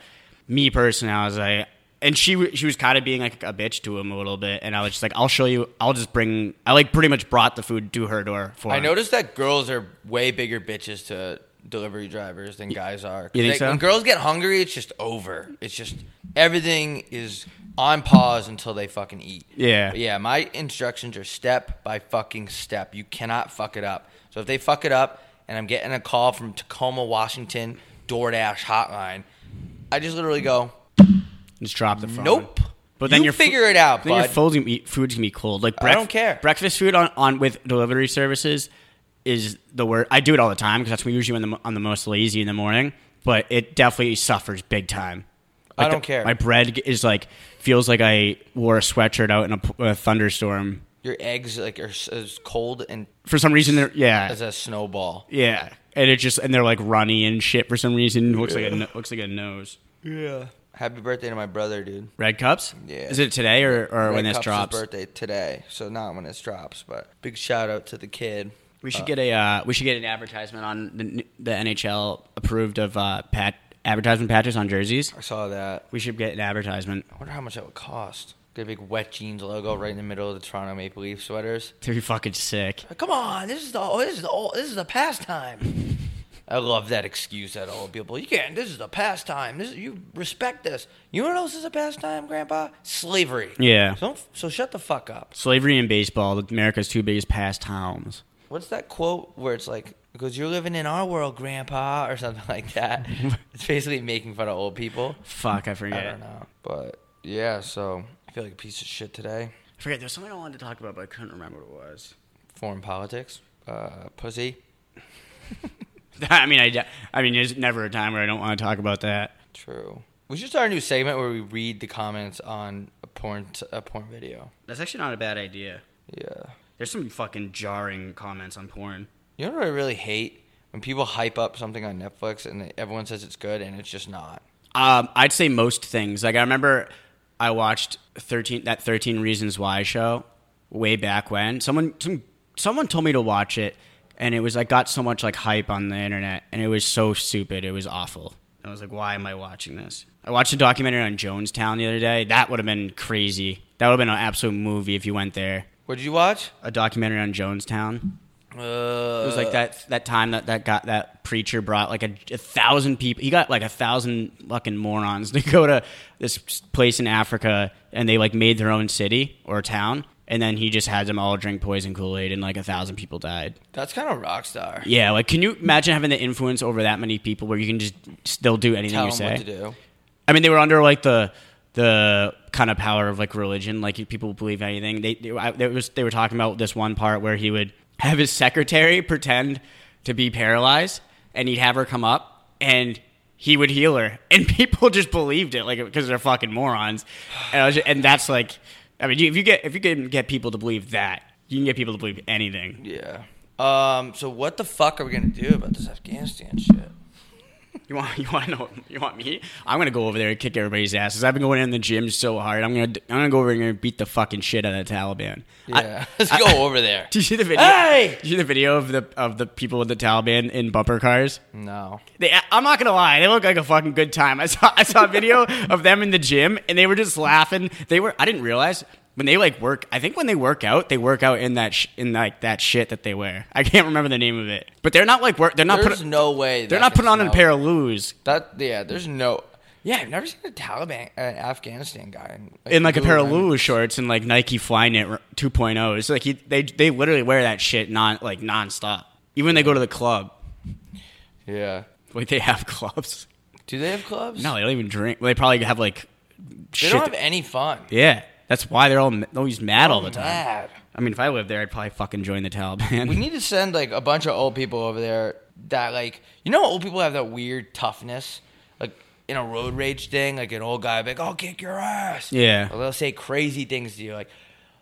[SPEAKER 2] me personally, I was like. And she w- she was kind of being like a bitch to him a little bit, and I was just like, "I'll show you. I'll just bring." I like pretty much brought the food to her door for.
[SPEAKER 1] I
[SPEAKER 2] him.
[SPEAKER 1] noticed that girls are way bigger bitches to delivery drivers than guys are. 'Cause
[SPEAKER 2] You think
[SPEAKER 1] they-
[SPEAKER 2] so?
[SPEAKER 1] When girls get hungry, it's just over. It's just everything is on pause until they fucking eat.
[SPEAKER 2] Yeah.
[SPEAKER 1] But yeah, my instructions are step by fucking step. You cannot fuck it up. So if they fuck it up and I'm getting a call from Tacoma, Washington, DoorDash hotline, I just literally go,
[SPEAKER 2] Just drop the phone.
[SPEAKER 1] Nope.
[SPEAKER 2] But then
[SPEAKER 1] You
[SPEAKER 2] your fo-
[SPEAKER 1] figure it out,
[SPEAKER 2] Then your
[SPEAKER 1] bud.
[SPEAKER 2] food's gonna, be, food's gonna be cold. Like
[SPEAKER 1] I
[SPEAKER 2] brec-
[SPEAKER 1] don't care.
[SPEAKER 2] Breakfast food on, on with delivery services is the word. I do it all the time because that's when usually when the, mo- I'm the most lazy in the morning. But it definitely suffers big time.
[SPEAKER 1] I
[SPEAKER 2] Like the-
[SPEAKER 1] don't care.
[SPEAKER 2] My bread g- is like feels like I wore a sweatshirt out in a, p- a thunderstorm.
[SPEAKER 1] your eggs like are s- as cold and
[SPEAKER 2] For some reason, they're yeah,
[SPEAKER 1] as a snowball.
[SPEAKER 2] yeah, and it just and they're like runny and shit. For some reason, looks like a no- looks like a nose.
[SPEAKER 1] Yeah. Happy birthday to my brother, dude.
[SPEAKER 2] Red cups.
[SPEAKER 1] Yeah.
[SPEAKER 2] Is it today or, or when
[SPEAKER 1] Ray
[SPEAKER 2] this
[SPEAKER 1] Cups'
[SPEAKER 2] drops?
[SPEAKER 1] birthday today, so not when this drops, but big shout out to the kid.
[SPEAKER 2] We should get a uh, we should get an advertisement on the, the NHL approved of uh, pat advertisement patches on jerseys.
[SPEAKER 1] I saw that.
[SPEAKER 2] We should get an advertisement.
[SPEAKER 1] I wonder how much that would cost. Get a big wet jeans logo right in the middle of the Toronto Maple Leaf sweaters.
[SPEAKER 2] To be fucking sick.
[SPEAKER 1] Like, Come on, this is the oh, this is the old, this is the pastime. I love that excuse that old people. You can't. This is the pastime. This you respect this. You know what else is a pastime, Grandpa? Slavery.
[SPEAKER 2] Yeah.
[SPEAKER 1] So don't- so shut the fuck up.
[SPEAKER 2] Slavery and baseball, America's two biggest pastimes.
[SPEAKER 1] What's that quote where it's like, because you're living in our world, Grandpa, or something like that? it's basically making fun of old people.
[SPEAKER 2] Fuck, I forget.
[SPEAKER 1] I don't know. But yeah, so I feel like a piece of shit today.
[SPEAKER 2] I forget. There's something I wanted to talk about, but I couldn't remember what it was.
[SPEAKER 1] Foreign politics, uh, pussy.
[SPEAKER 2] I mean, I, de- I mean, there's never a time where I don't want to talk about that.
[SPEAKER 1] True. We should start a new segment where we read the comments on a porn t- a porn video.
[SPEAKER 2] That's actually not a bad idea.
[SPEAKER 1] Yeah.
[SPEAKER 2] There's some fucking jarring comments on porn.
[SPEAKER 1] You know what I really hate when people hype up something on Netflix and they- everyone says it's good and it's just not.
[SPEAKER 2] Um, I'd say most things. Like I remember, I watched thirteen that Thirteen Reasons Why show way back when. Someone some someone told me to watch it, and it was like got so much like hype on the internet, and it was so stupid. It was awful. I was like, why am I watching this? I watched a documentary on Jonestown the other day. That would have been crazy. That would have been an absolute movie if you went there.
[SPEAKER 1] What did you watch?
[SPEAKER 2] A documentary on Jonestown.
[SPEAKER 1] Uh,
[SPEAKER 2] It was like that that time that that got that preacher brought like a, a thousand people. He got like a thousand fucking morons to go to this place in Africa, and they like made their own city or town, and then he just had them all drink poison Kool Aid, and like a thousand people died.
[SPEAKER 1] that's kind of rock star.
[SPEAKER 2] Yeah, like can you imagine having the influence over that many people where you can just still do anything
[SPEAKER 1] Tell
[SPEAKER 2] you
[SPEAKER 1] them
[SPEAKER 2] say?
[SPEAKER 1] what to do.
[SPEAKER 2] I mean, they were under like the the kind of power of like religion. Like people would believe anything. They they, I, they, was, they were talking about this one part where he would have his secretary pretend to be paralyzed, and he'd have her come up, and he would heal her, and people just believed it, like because they're fucking morons. And, I was ju- and that's like, I mean, you- if you get if you can get people to believe that, you can get people to believe anything.
[SPEAKER 1] Yeah. Um. So what the fuck are we gonna do about this Afghanistan shit?
[SPEAKER 2] You want you want to know you want me? I'm gonna go over there and kick everybody's asses. I've been going in the gym so hard. I'm gonna I'm gonna go over there and beat the fucking shit out of the Taliban. I-
[SPEAKER 1] Yeah. Let's go over there.
[SPEAKER 2] did you see the video?
[SPEAKER 1] Hey!
[SPEAKER 2] Did you see the video of the of the people with the Taliban in bumper cars?
[SPEAKER 1] No.
[SPEAKER 2] They, I'm not gonna lie, they look like a fucking good time. I saw I saw a video of them in the gym and they were just laughing. They were I didn't realize when they like work. I think when they work out, they work out in that sh- in like that shit that they wear. I can't remember the name of it, but they're not like work. They're not
[SPEAKER 1] There's
[SPEAKER 2] putting.
[SPEAKER 1] no way. that
[SPEAKER 2] They're not
[SPEAKER 1] can
[SPEAKER 2] putting on a
[SPEAKER 1] smell-
[SPEAKER 2] pair of loos.
[SPEAKER 1] That yeah. There's no. Yeah, I've never seen a Taliban, an Afghanistan guy in
[SPEAKER 2] in like a pair of
[SPEAKER 1] Lululemon.
[SPEAKER 2] Lulu shorts and like Nike Flyknit 2.0. oh. It's like he, they they literally wear that shit non like nonstop. Even when they go to the club,
[SPEAKER 1] Yeah.
[SPEAKER 2] like they have clubs.
[SPEAKER 1] Do they have clubs?
[SPEAKER 2] No, they don't even drink. They probably have like
[SPEAKER 1] They
[SPEAKER 2] shit.
[SPEAKER 1] don't have any fun.
[SPEAKER 2] yeah, that's why they're all always mad all the time.
[SPEAKER 1] Mad.
[SPEAKER 2] I mean, if I lived there, I'd probably fucking join the Taliban.
[SPEAKER 1] We need to send like a bunch of old people over there that like you know old people have that weird toughness like in a road rage thing like an old guy will be like I'll kick your ass
[SPEAKER 2] Yeah.
[SPEAKER 1] or they'll say crazy things to you like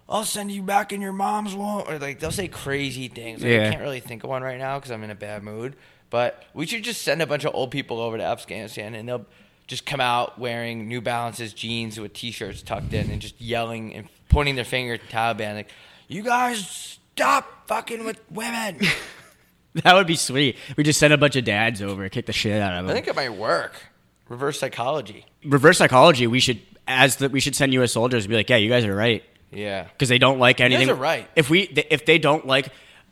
[SPEAKER 1] I'll send you back in your mom's womb or like they'll say crazy things like,
[SPEAKER 2] Yeah.
[SPEAKER 1] I can't really think of one right now because I'm in a bad mood but we should just send a bunch of old people over to Afghanistan and they'll just come out wearing New Balances jeans with t-shirts tucked in and just yelling and pointing their finger at the Taliban like you guys stop fucking with women.
[SPEAKER 2] that would be sweet. We just send a bunch of dads over, kick the shit out of them.
[SPEAKER 1] I think it might work. Reverse psychology.
[SPEAKER 2] Reverse psychology. We should as the, we should send U.S. soldiers and be like, yeah, you guys are right.
[SPEAKER 1] Yeah.
[SPEAKER 2] because they don't like anything.
[SPEAKER 1] are right.
[SPEAKER 2] If we th- if they don't like,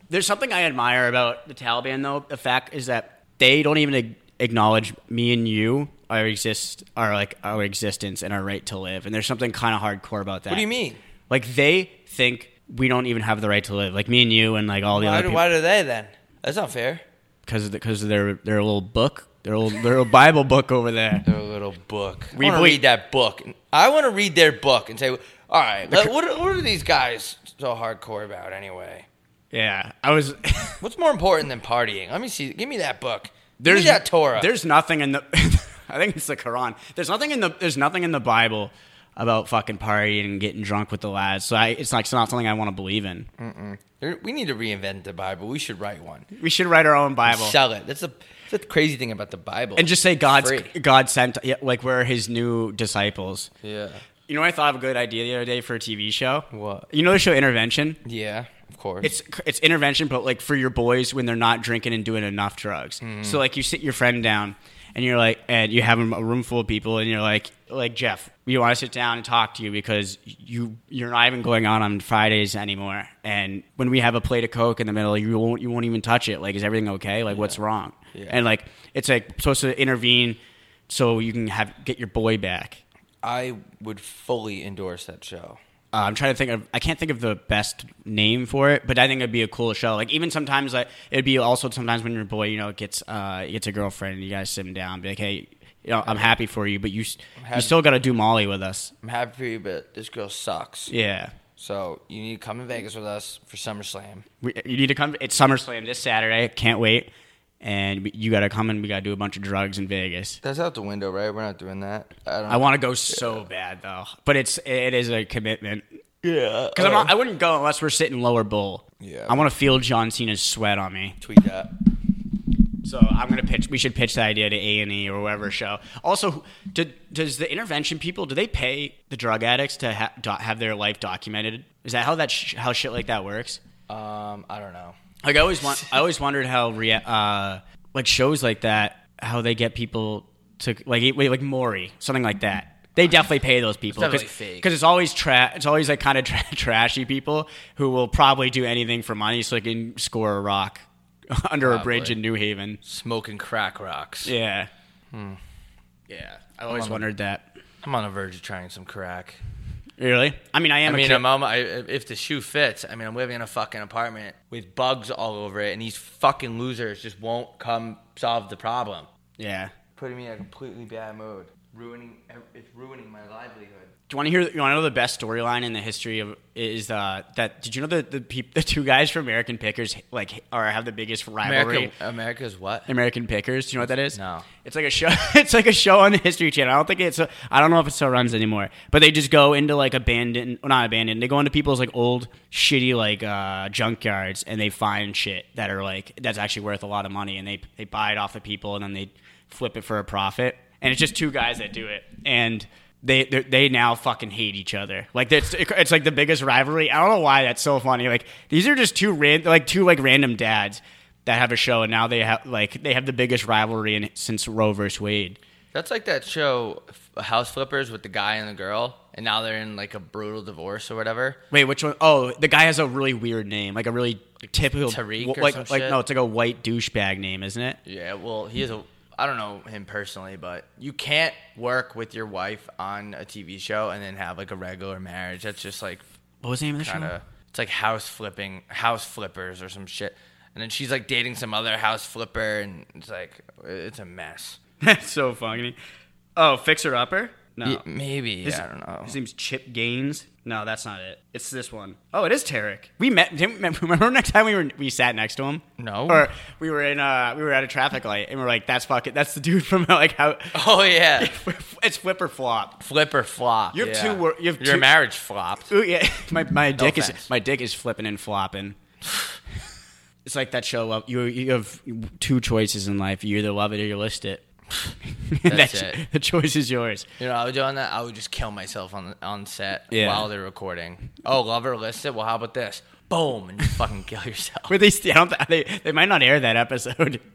[SPEAKER 2] there's something I admire about the Taliban though. The fact is that they don't even ag- acknowledge me and you our exist our like our existence and our right to live. And there's something kind of hardcore about that.
[SPEAKER 1] What do you mean?
[SPEAKER 2] Like they think we don't even have the right to live. Like me and you and like all the
[SPEAKER 1] Why
[SPEAKER 2] other
[SPEAKER 1] do,
[SPEAKER 2] people
[SPEAKER 1] why do they then? That's not fair.
[SPEAKER 2] because of because of their their little book, their little their little Bible book over there.
[SPEAKER 1] Their little book.
[SPEAKER 2] We
[SPEAKER 1] I want to
[SPEAKER 2] believe-
[SPEAKER 1] read that book. I want to read their book and say, all right, let- what, are, what are these guys so hardcore about anyway?
[SPEAKER 2] Yeah, I was.
[SPEAKER 1] What's more important than partying? Let me see. Give me that book.
[SPEAKER 2] There's
[SPEAKER 1] There's that Torah.
[SPEAKER 2] There's nothing in the. I think it's the Quran. There's nothing in the. There's nothing in the Bible about fucking partying and getting drunk with the lads. So I, it's like it's not something I want to believe in.
[SPEAKER 1] Mm. There- we need to reinvent the Bible. We should write one.
[SPEAKER 2] We should write our own Bible
[SPEAKER 1] Sell it. That's the, that's the crazy thing about the Bible.
[SPEAKER 2] and just say God's
[SPEAKER 1] Free.
[SPEAKER 2] God sent. Yeah, like we're His new disciples.
[SPEAKER 1] Yeah.
[SPEAKER 2] You know, what I thought of a good idea the other day for a TV show.
[SPEAKER 1] What?
[SPEAKER 2] You know the show Intervention?
[SPEAKER 1] Yeah, of course.
[SPEAKER 2] It's it's intervention, but like for your boys when they're not drinking and doing enough drugs. So like you sit your friend down and you're like, and you have a room full of people, and you're like, like Jeff, we want to sit down and talk to you because you you're not even going on on Fridays anymore. And when we have a plate of Coke in the middle, you won't you won't even touch it. Like, is everything okay? Like, what's wrong? And like it's like supposed to intervene so you can have get your boy back.
[SPEAKER 1] I would fully endorse that show.
[SPEAKER 2] Uh, I'm trying to think of. I can't think of the best name for it, but I think it'd be a cool show. Like even sometimes, like it'd be also sometimes when your boy, you know, gets uh gets a girlfriend, and you guys sit him down, and be like, hey, you know, I'm happy for you, but you s- you
[SPEAKER 1] happy-
[SPEAKER 2] still got to do Molly with us.
[SPEAKER 1] I'm happy, but this girl sucks.
[SPEAKER 2] Yeah,
[SPEAKER 1] So you need to come to Vegas with us for SummerSlam.
[SPEAKER 2] We, you need to come. It's SummerSlam this Saturday. Can't wait. And we- you got to come and we got to do a bunch of drugs in Vegas.
[SPEAKER 1] That's out the window, right? We're not doing that. I don't.
[SPEAKER 2] I want to go so bad though, but it's it is a commitment.
[SPEAKER 1] yeah.
[SPEAKER 2] Because not I wouldn't go unless we're sitting lower bowl.
[SPEAKER 1] Yeah.
[SPEAKER 2] I want to feel John Cena's sweat on me.
[SPEAKER 1] tweet that.
[SPEAKER 2] So I'm gonna pitch. We should pitch the idea to A and E or whatever show. Also, do, does the intervention people do they pay the drug addicts to ha- do, have their life documented? Is that how that sh- how shit like that works?
[SPEAKER 1] Um, I don't know.
[SPEAKER 2] Like I always want, I always wondered how rea- uh, like shows like that, how they get people to like wait, like Maury, something like that. They definitely pay those people
[SPEAKER 1] It's
[SPEAKER 2] because
[SPEAKER 1] definitely fake.
[SPEAKER 2] it's always tra- it's always like kind of tra- trashy people who will probably do anything for money so they can score a rock under a bridge
[SPEAKER 1] Probably.
[SPEAKER 2] in New Haven.
[SPEAKER 1] Smoking crack rocks.
[SPEAKER 2] Yeah, yeah. I always wondered that.
[SPEAKER 1] I'm on the verge of trying some crack.
[SPEAKER 2] Really? I mean, I am.
[SPEAKER 1] I
[SPEAKER 2] a
[SPEAKER 1] mean,
[SPEAKER 2] kid-
[SPEAKER 1] I'm, I'm, I, if the shoe fits, I mean, I'm living in a fucking apartment with bugs all over it, and these fucking losers just won't come solve the problem.
[SPEAKER 2] yeah.
[SPEAKER 1] Putting me in a completely bad mood. Ruining, it's ruining my livelihood.
[SPEAKER 2] Do you want to hear? You want to know the best storyline in the history of is uh, that? Did you know that the peop, the two guys from American Pickers like are have the biggest rivalry?
[SPEAKER 1] America, America's what?
[SPEAKER 2] American Pickers. Do you know what that is?
[SPEAKER 1] No.
[SPEAKER 2] It's like a show. It's like a show on the History Channel. I don't think it's. A, I don't know if it still runs anymore. But they just go into like abandoned, well, not abandoned. They go into people's like old shitty like uh, junkyards and they find shit that are like that's actually worth a lot of money and they they buy it off the people and then they flip it for a profit. And it's just two guys that do it and. They, they they now fucking hate each other. Like it's it's like the biggest rivalry. I don't know why that's so funny. Like these are just two ran, like two like random dads that have a show, and now they have like they have the biggest rivalry in since Roe vs. Wade.
[SPEAKER 1] That's like that show, F- House Flippers, with the guy and the girl, and now they're in like a brutal divorce or whatever.
[SPEAKER 2] Wait, which one? Oh, the guy has a really weird name, like a really typical
[SPEAKER 1] Tariq
[SPEAKER 2] wh-
[SPEAKER 1] or
[SPEAKER 2] like
[SPEAKER 1] some
[SPEAKER 2] like
[SPEAKER 1] shit?
[SPEAKER 2] no, it's like a white douchebag name, isn't it?
[SPEAKER 1] Yeah, well, he is a. I don't know him personally, but you can't work with your wife on a TV show and then have like a regular marriage. That's just like
[SPEAKER 2] What was the name of the
[SPEAKER 1] kind
[SPEAKER 2] show?
[SPEAKER 1] of. It's like house flipping, house flippers or some shit. And then she's like dating some other house flipper, and it's like it's a mess.
[SPEAKER 2] That's so funny. Oh, Fixer Upper? No,
[SPEAKER 1] Yeah, Uh, maybe
[SPEAKER 2] His-
[SPEAKER 1] I don't know.
[SPEAKER 2] His name's Chip Gaines. No, that's not it. It's this one. Oh, it is Tarek. We met. Didn't, remember next time we were we sat next to him?
[SPEAKER 1] No.
[SPEAKER 2] Or we were in uh we were at a traffic light and we are like that's fucking that's the dude from like how
[SPEAKER 1] Oh yeah,
[SPEAKER 2] it's flip or flop.
[SPEAKER 1] flipper flop.
[SPEAKER 2] You have
[SPEAKER 1] yeah.
[SPEAKER 2] two wor- you have
[SPEAKER 1] your
[SPEAKER 2] two-
[SPEAKER 1] marriage flopped.
[SPEAKER 2] Ooh, yeah, my my dick
[SPEAKER 1] offense.
[SPEAKER 2] is my dick is flipping and flopping. it's like that show. Love you. You have two choices in life. You either love it or you list it.
[SPEAKER 1] That's
[SPEAKER 2] That-
[SPEAKER 1] it.
[SPEAKER 2] The choice is yours.
[SPEAKER 1] You know, I would do on that. I would just kill myself on on set
[SPEAKER 2] Yeah.
[SPEAKER 1] while they're recording. Oh, lover listed. Well, how about this? Boom, and you fucking kill yourself.
[SPEAKER 2] Where they, st- I don't, they they might not air that episode.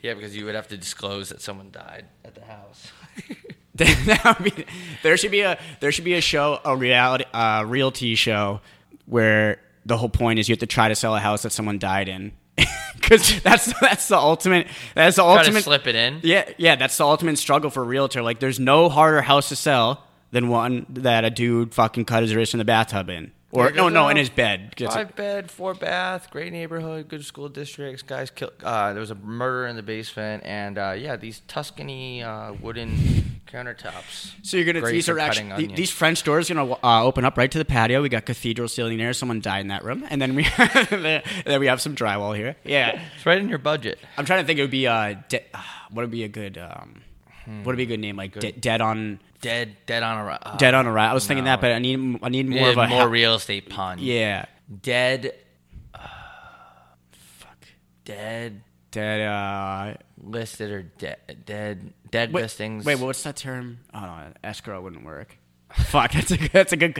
[SPEAKER 1] Yeah, because you would have to disclose that someone died at the house.
[SPEAKER 2] That would be- there should be a there should be a show a reality uh, realty show where the whole point is you have to try to sell a house that someone died in because that's that's the ultimate that's the
[SPEAKER 1] Try to
[SPEAKER 2] ultimate
[SPEAKER 1] slip it in.
[SPEAKER 2] Yeah, yeah, that's the ultimate struggle for a realtor. Like, there's no harder house to sell than one that a dude fucking cut his wrist in the bathtub in, or
[SPEAKER 1] There
[SPEAKER 2] no,
[SPEAKER 1] goes
[SPEAKER 2] no,
[SPEAKER 1] out.
[SPEAKER 2] in his bed. Gets-
[SPEAKER 1] Five bed, four bath, great neighborhood, good school districts. Guys killed. Uh, there was a murder in the basement, and uh, yeah, these Tuscany uh, wooden countertops.
[SPEAKER 2] so you're gonna
[SPEAKER 1] Great
[SPEAKER 2] these
[SPEAKER 1] for
[SPEAKER 2] are
[SPEAKER 1] cutting
[SPEAKER 2] actually
[SPEAKER 1] onions.
[SPEAKER 2] these French doors gonna uh, open up right to the patio. We got cathedral ceiling there. Someone died in that room, and then we then we have some drywall here. Yeah,
[SPEAKER 1] It's right in your budget.
[SPEAKER 2] I'm trying to think. It would be uh, de- what would be a good um,
[SPEAKER 1] Hmm.
[SPEAKER 2] what would be a good name like de- dead on
[SPEAKER 1] Dead, dead on a ri- uh,
[SPEAKER 2] dead on a rat. I was thinking
[SPEAKER 1] No.
[SPEAKER 2] that, but I need I need more
[SPEAKER 1] yeah,
[SPEAKER 2] of a
[SPEAKER 1] more
[SPEAKER 2] ha-
[SPEAKER 1] real estate pun.
[SPEAKER 2] yeah
[SPEAKER 1] dead. uh, fuck. Dead
[SPEAKER 2] dead uh.
[SPEAKER 1] listed or de- dead dead
[SPEAKER 2] Wait-
[SPEAKER 1] listings.
[SPEAKER 2] Wait, what's that term? Oh no, escrow wouldn't work. Fuck, that's a that's a good.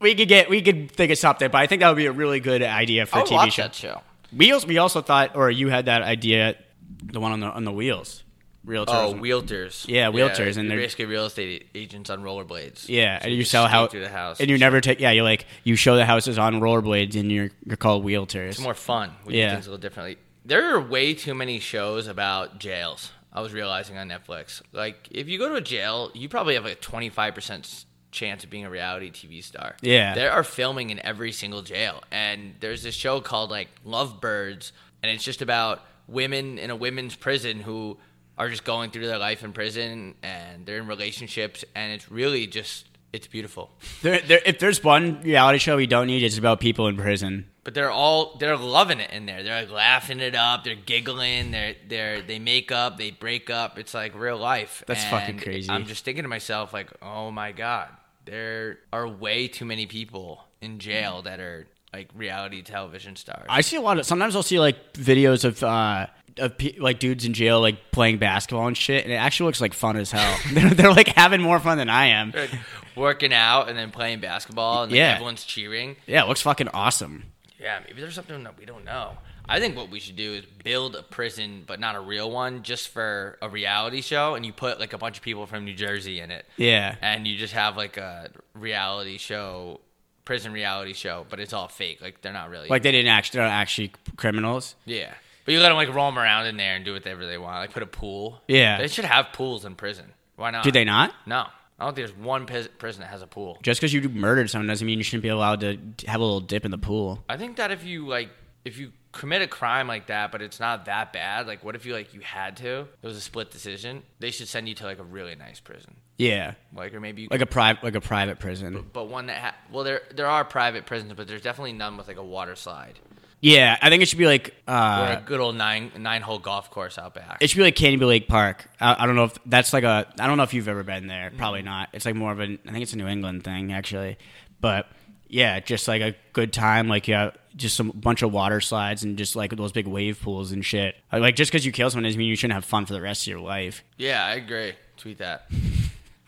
[SPEAKER 2] We could get we could think of something, but I think that would be a really good idea
[SPEAKER 1] Oh,
[SPEAKER 2] for
[SPEAKER 1] I
[SPEAKER 2] a
[SPEAKER 1] would
[SPEAKER 2] TV
[SPEAKER 1] watch
[SPEAKER 2] show.
[SPEAKER 1] that show.
[SPEAKER 2] We also we also thought, or you had that idea, the one on the on the wheels, realtor.
[SPEAKER 1] Oh, wheelters.
[SPEAKER 2] Yeah, wheelchairs, and
[SPEAKER 1] and they're
[SPEAKER 2] they're-
[SPEAKER 1] basically real estate agents on rollerblades.
[SPEAKER 2] yeah,
[SPEAKER 1] So
[SPEAKER 2] and you
[SPEAKER 1] just
[SPEAKER 2] sell
[SPEAKER 1] skate
[SPEAKER 2] house
[SPEAKER 1] through the house.
[SPEAKER 2] and you never take. Yeah, you like you show the houses on rollerblades, and you're you're called wheelchairs.
[SPEAKER 1] It's more fun. We do
[SPEAKER 2] Yeah.
[SPEAKER 1] things a little differently. There are way too many shows about jails. I was realizing on Netflix. Like, if you go to a jail, you probably have a twenty five percent chance of being a reality TV star.
[SPEAKER 2] Yeah.
[SPEAKER 1] they are filming in every single jail, and there's this show called like Lovebirds, and it's just about women in a women's prison who are just going through their life in prison, and they're in relationships, and it's really just. It's beautiful.
[SPEAKER 2] There, there, if there's one reality show we don't need, it's about people in prison.
[SPEAKER 1] But they're all they're loving it in there. They're like laughing it up. They're giggling. They're they're they make up. They break up. It's like real life.
[SPEAKER 2] That's fucking
[SPEAKER 1] And
[SPEAKER 2] crazy.
[SPEAKER 1] I'm just thinking to myself like, oh my god, there are way too many people in jail that are like reality television stars.
[SPEAKER 2] I see a lot of. Sometimes I'll see like videos of uh of pe- like dudes in jail like playing basketball and shit, and it actually looks like fun as hell. they're, they're like having more fun than I am.
[SPEAKER 1] Like, working out and then playing basketball and like,
[SPEAKER 2] Yeah.
[SPEAKER 1] everyone's cheering.
[SPEAKER 2] Yeah, it looks fucking awesome.
[SPEAKER 1] Yeah, maybe there's something that we don't know. I think what we should do is build a prison, but not a real one, just for a reality show, and you put like a bunch of people from New Jersey in it.
[SPEAKER 2] Yeah.
[SPEAKER 1] And you just have like a reality show, prison reality show, but it's all fake. Like they're not really.
[SPEAKER 2] Like they didn't actually, they're not actually criminals.
[SPEAKER 1] yeah. But you let them like roam around in there and do whatever they want. Like put a pool.
[SPEAKER 2] Yeah.
[SPEAKER 1] They should have pools in prison. Why not?
[SPEAKER 2] Did they not?
[SPEAKER 1] No. I don't think there's one pis- prison that has a pool.
[SPEAKER 2] Just because you murdered someone doesn't mean you shouldn't be allowed to have a little dip in the pool.
[SPEAKER 1] I think that if you like if you commit a crime like that but it's not that bad, like what if you like you had to? It was a split decision. They should send you to like a really nice prison.
[SPEAKER 2] Yeah,
[SPEAKER 1] Like or maybe you
[SPEAKER 2] like a private, like a private prison.
[SPEAKER 1] but one that ha- well there there are private prisons but there's definitely none with like a water slide
[SPEAKER 2] Yeah, I think it should be like uh,
[SPEAKER 1] or a good old nine nine hole golf course out back.
[SPEAKER 2] It should be like Candy Lake Park. I, I don't know if that's like a. I don't know if you've ever been there. Probably not. It's like more of an. I think it's a New England thing actually, but yeah, just like a good time. Like yeah, just some bunch of water slides and just like those big wave pools and shit. Uh, Like just because you kill someone doesn't mean you shouldn't have fun for the rest of your life.
[SPEAKER 1] yeah, I agree. Tweet that.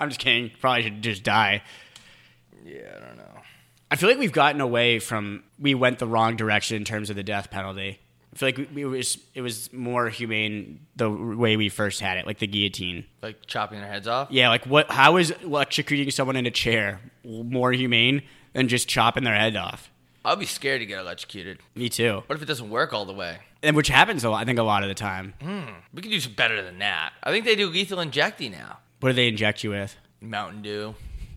[SPEAKER 2] I'm just kidding. Probably should just die.
[SPEAKER 1] Yeah, I don't know.
[SPEAKER 2] I feel like we've gotten away from. We went the wrong direction in terms of the death penalty. I feel like we, we was, it was more humane the way we first had it, like the guillotine.
[SPEAKER 1] Like chopping their heads off.
[SPEAKER 2] Yeah, like what? How is electrocuting someone in a chair more humane than just chopping their head off?
[SPEAKER 1] I'll be scared to get electrocuted.
[SPEAKER 2] Me too.
[SPEAKER 1] What if it doesn't work all the way?
[SPEAKER 2] And which happens a lot, I think, a lot of the time.
[SPEAKER 1] Mm-hmm. We can do some better than that. I think they do lethal injecting now.
[SPEAKER 2] What do they inject you with?
[SPEAKER 1] Mountain Dew.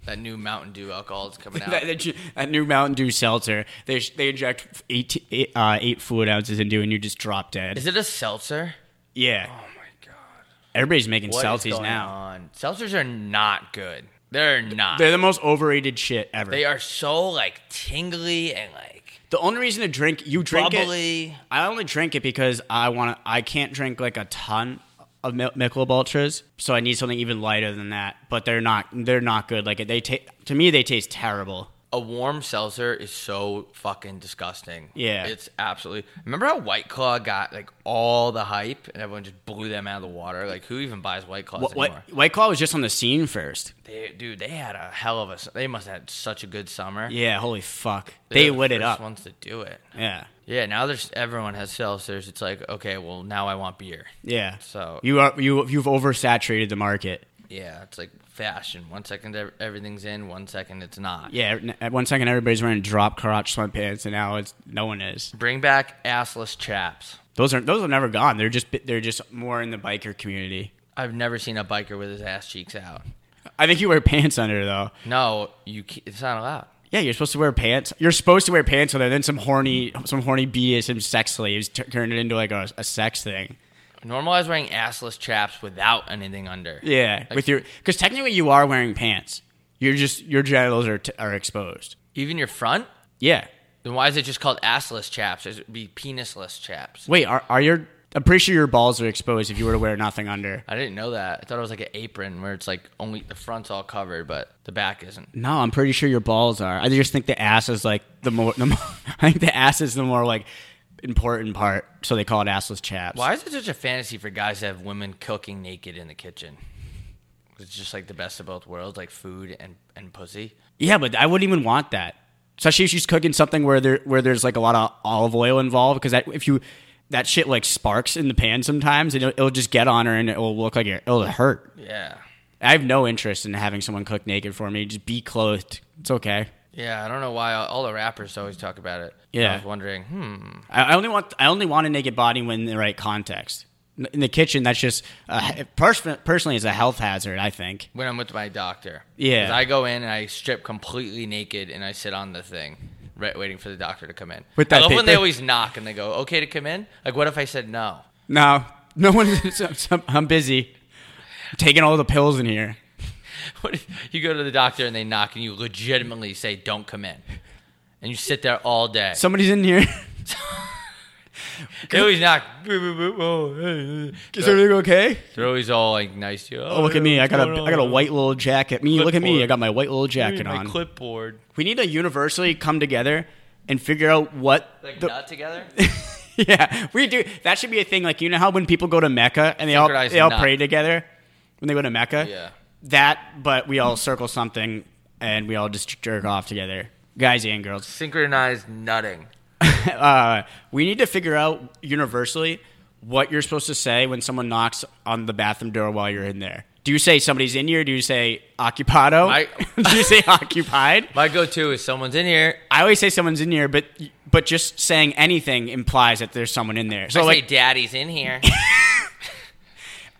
[SPEAKER 1] That new Mountain Dew alcohol is coming out.
[SPEAKER 2] That, that- that new Mountain Dew seltzer. They they inject eight, eight, uh, eight fluid ounces into you, and you just drop dead.
[SPEAKER 1] Is it a seltzer?
[SPEAKER 2] yeah,
[SPEAKER 1] Oh my god.
[SPEAKER 2] everybody's making
[SPEAKER 1] What is
[SPEAKER 2] seltzies
[SPEAKER 1] going
[SPEAKER 2] now.
[SPEAKER 1] on? Seltzers are not good. They're not.
[SPEAKER 2] They're
[SPEAKER 1] They're
[SPEAKER 2] the most overrated shit ever.
[SPEAKER 1] so like tingly and like
[SPEAKER 2] the only reason to drink you drink it.
[SPEAKER 1] bubbly.
[SPEAKER 2] I only drink it because I want to. I can't drink like a ton of Mi- Michelob Ultras, so I need something even lighter than that. But they're not. They're not good. Like they ta- to me, they taste terrible.
[SPEAKER 1] A warm seltzer is so fucking disgusting.
[SPEAKER 2] Yeah.
[SPEAKER 1] It's absolutely Remember how White Claw got like all the hype and everyone just blew them out of the water? Like who even buys White Claws
[SPEAKER 2] What,
[SPEAKER 1] anymore?
[SPEAKER 2] what, White Claw was just on the scene first.
[SPEAKER 1] They, dude, they had a hell of a su- they must have had such a good summer.
[SPEAKER 2] Yeah, holy fuck, they,
[SPEAKER 1] were the
[SPEAKER 2] lit it
[SPEAKER 1] first
[SPEAKER 2] up.
[SPEAKER 1] ones to do it.
[SPEAKER 2] Yeah,
[SPEAKER 1] Yeah, now there's everyone has seltzers. It's like, okay, well now I want beer.
[SPEAKER 2] yeah.
[SPEAKER 1] So-
[SPEAKER 2] you are you you've oversaturated the market.
[SPEAKER 1] Yeah, it's like fashion. One second ev- everything's in, one second it's not.
[SPEAKER 2] Yeah, n- at one second everybody's wearing drop crotch sweatpants, and now it's no one is.
[SPEAKER 1] Bring back assless chaps.
[SPEAKER 2] Those are those are never gone. They're just they're just more in the biker community.
[SPEAKER 1] I've never seen a biker with his ass cheeks out.
[SPEAKER 2] I think you wear pants under though.
[SPEAKER 1] No, you. ca- It's not allowed.
[SPEAKER 2] Yeah, you're supposed to wear pants. You're supposed to wear pants, and then some horny, some horny BDSM sex slaves t- turn it into like a, a sex thing.
[SPEAKER 1] Normalize wearing assless chaps without anything under.
[SPEAKER 2] Yeah, with your because technically you are wearing pants. You're just your genitals are t- are exposed.
[SPEAKER 1] Even your front.
[SPEAKER 2] Yeah.
[SPEAKER 1] Then why is it just called assless chaps? It should be penisless chaps.
[SPEAKER 2] Wait, are are your? I'm pretty sure your balls are exposed if you were to wear nothing under.
[SPEAKER 1] I didn't know that. I thought it was like an apron where it's like only the front's all covered, but the back isn't.
[SPEAKER 2] No, I'm pretty sure your balls are. I just think the ass is like the more. The more I think the ass is the more like important part, so they call it assless chaps.
[SPEAKER 1] Why is it such a fantasy for guys to have women cooking naked in the kitchen? It's just like the best of both worlds, like food and, and pussy.
[SPEAKER 2] Yeah, but I wouldn't even want that. Especially if she's cooking something where there where there's like a lot of olive oil involved, because that if you that shit like sparks in the pan sometimes, and it'll, it'll just get on her and it'll look like it, it'll hurt.
[SPEAKER 1] Yeah.
[SPEAKER 2] I have no interest in having someone cook naked for me. Just be clothed. It's okay.
[SPEAKER 1] Yeah, I don't know why all, all the rappers always talk about it.
[SPEAKER 2] Yeah.
[SPEAKER 1] I was wondering, hmm,
[SPEAKER 2] I, I only want I only want a naked body when in the right context. In- In the kitchen, that's just uh, pers- personally is a health hazard. I think.
[SPEAKER 1] when I'm with my doctor.
[SPEAKER 2] Yeah.
[SPEAKER 1] 'Cause I go in and I strip completely naked and I sit on the thing, right, waiting for the doctor to come in.
[SPEAKER 2] With
[SPEAKER 1] I
[SPEAKER 2] that
[SPEAKER 1] love when they
[SPEAKER 2] paper.
[SPEAKER 1] always knock and they go, okay to come in? Like, what if I said no?
[SPEAKER 2] No, no one. I'm busy. taking all the pills in here.
[SPEAKER 1] What if you go to the doctor and they knock and you legitimately say, "Don't come in," and you sit there all day.
[SPEAKER 2] Somebody's in here.
[SPEAKER 1] they always knock. "Boop, boop, boop, oh, hey, hey."
[SPEAKER 2] Is everything okay?
[SPEAKER 1] They're always all like nice to you.
[SPEAKER 2] Oh, look at me. I got a I got a white little jacket. Me, look at me.
[SPEAKER 1] Clipboard.
[SPEAKER 2] I got my white little
[SPEAKER 1] jacket
[SPEAKER 2] jacket
[SPEAKER 1] my
[SPEAKER 2] on.
[SPEAKER 1] clipboard.
[SPEAKER 2] We need to universally come together and figure out what
[SPEAKER 1] Like
[SPEAKER 2] the-
[SPEAKER 1] not together.
[SPEAKER 2] yeah, we do. That should be a thing. Like you know how when people go to Mecca and they all
[SPEAKER 1] Synchronized
[SPEAKER 2] they all
[SPEAKER 1] nut.
[SPEAKER 2] pray together when they go to Mecca.
[SPEAKER 1] Yeah.
[SPEAKER 2] That, but we all circle something and we all just jerk off together, guys and girls.
[SPEAKER 1] Synchronized nutting.
[SPEAKER 2] Uh, we need to figure out universally what you're supposed to say when someone knocks on the bathroom door while you're in there. Do you say somebody's in here? Do you say occupado?
[SPEAKER 1] I-
[SPEAKER 2] do you say occupied?
[SPEAKER 1] My go-to is someone's in here.
[SPEAKER 2] I always say someone's in here, but but just saying anything implies that there's someone in there. So
[SPEAKER 1] I
[SPEAKER 2] like
[SPEAKER 1] say, "Daddy's in here."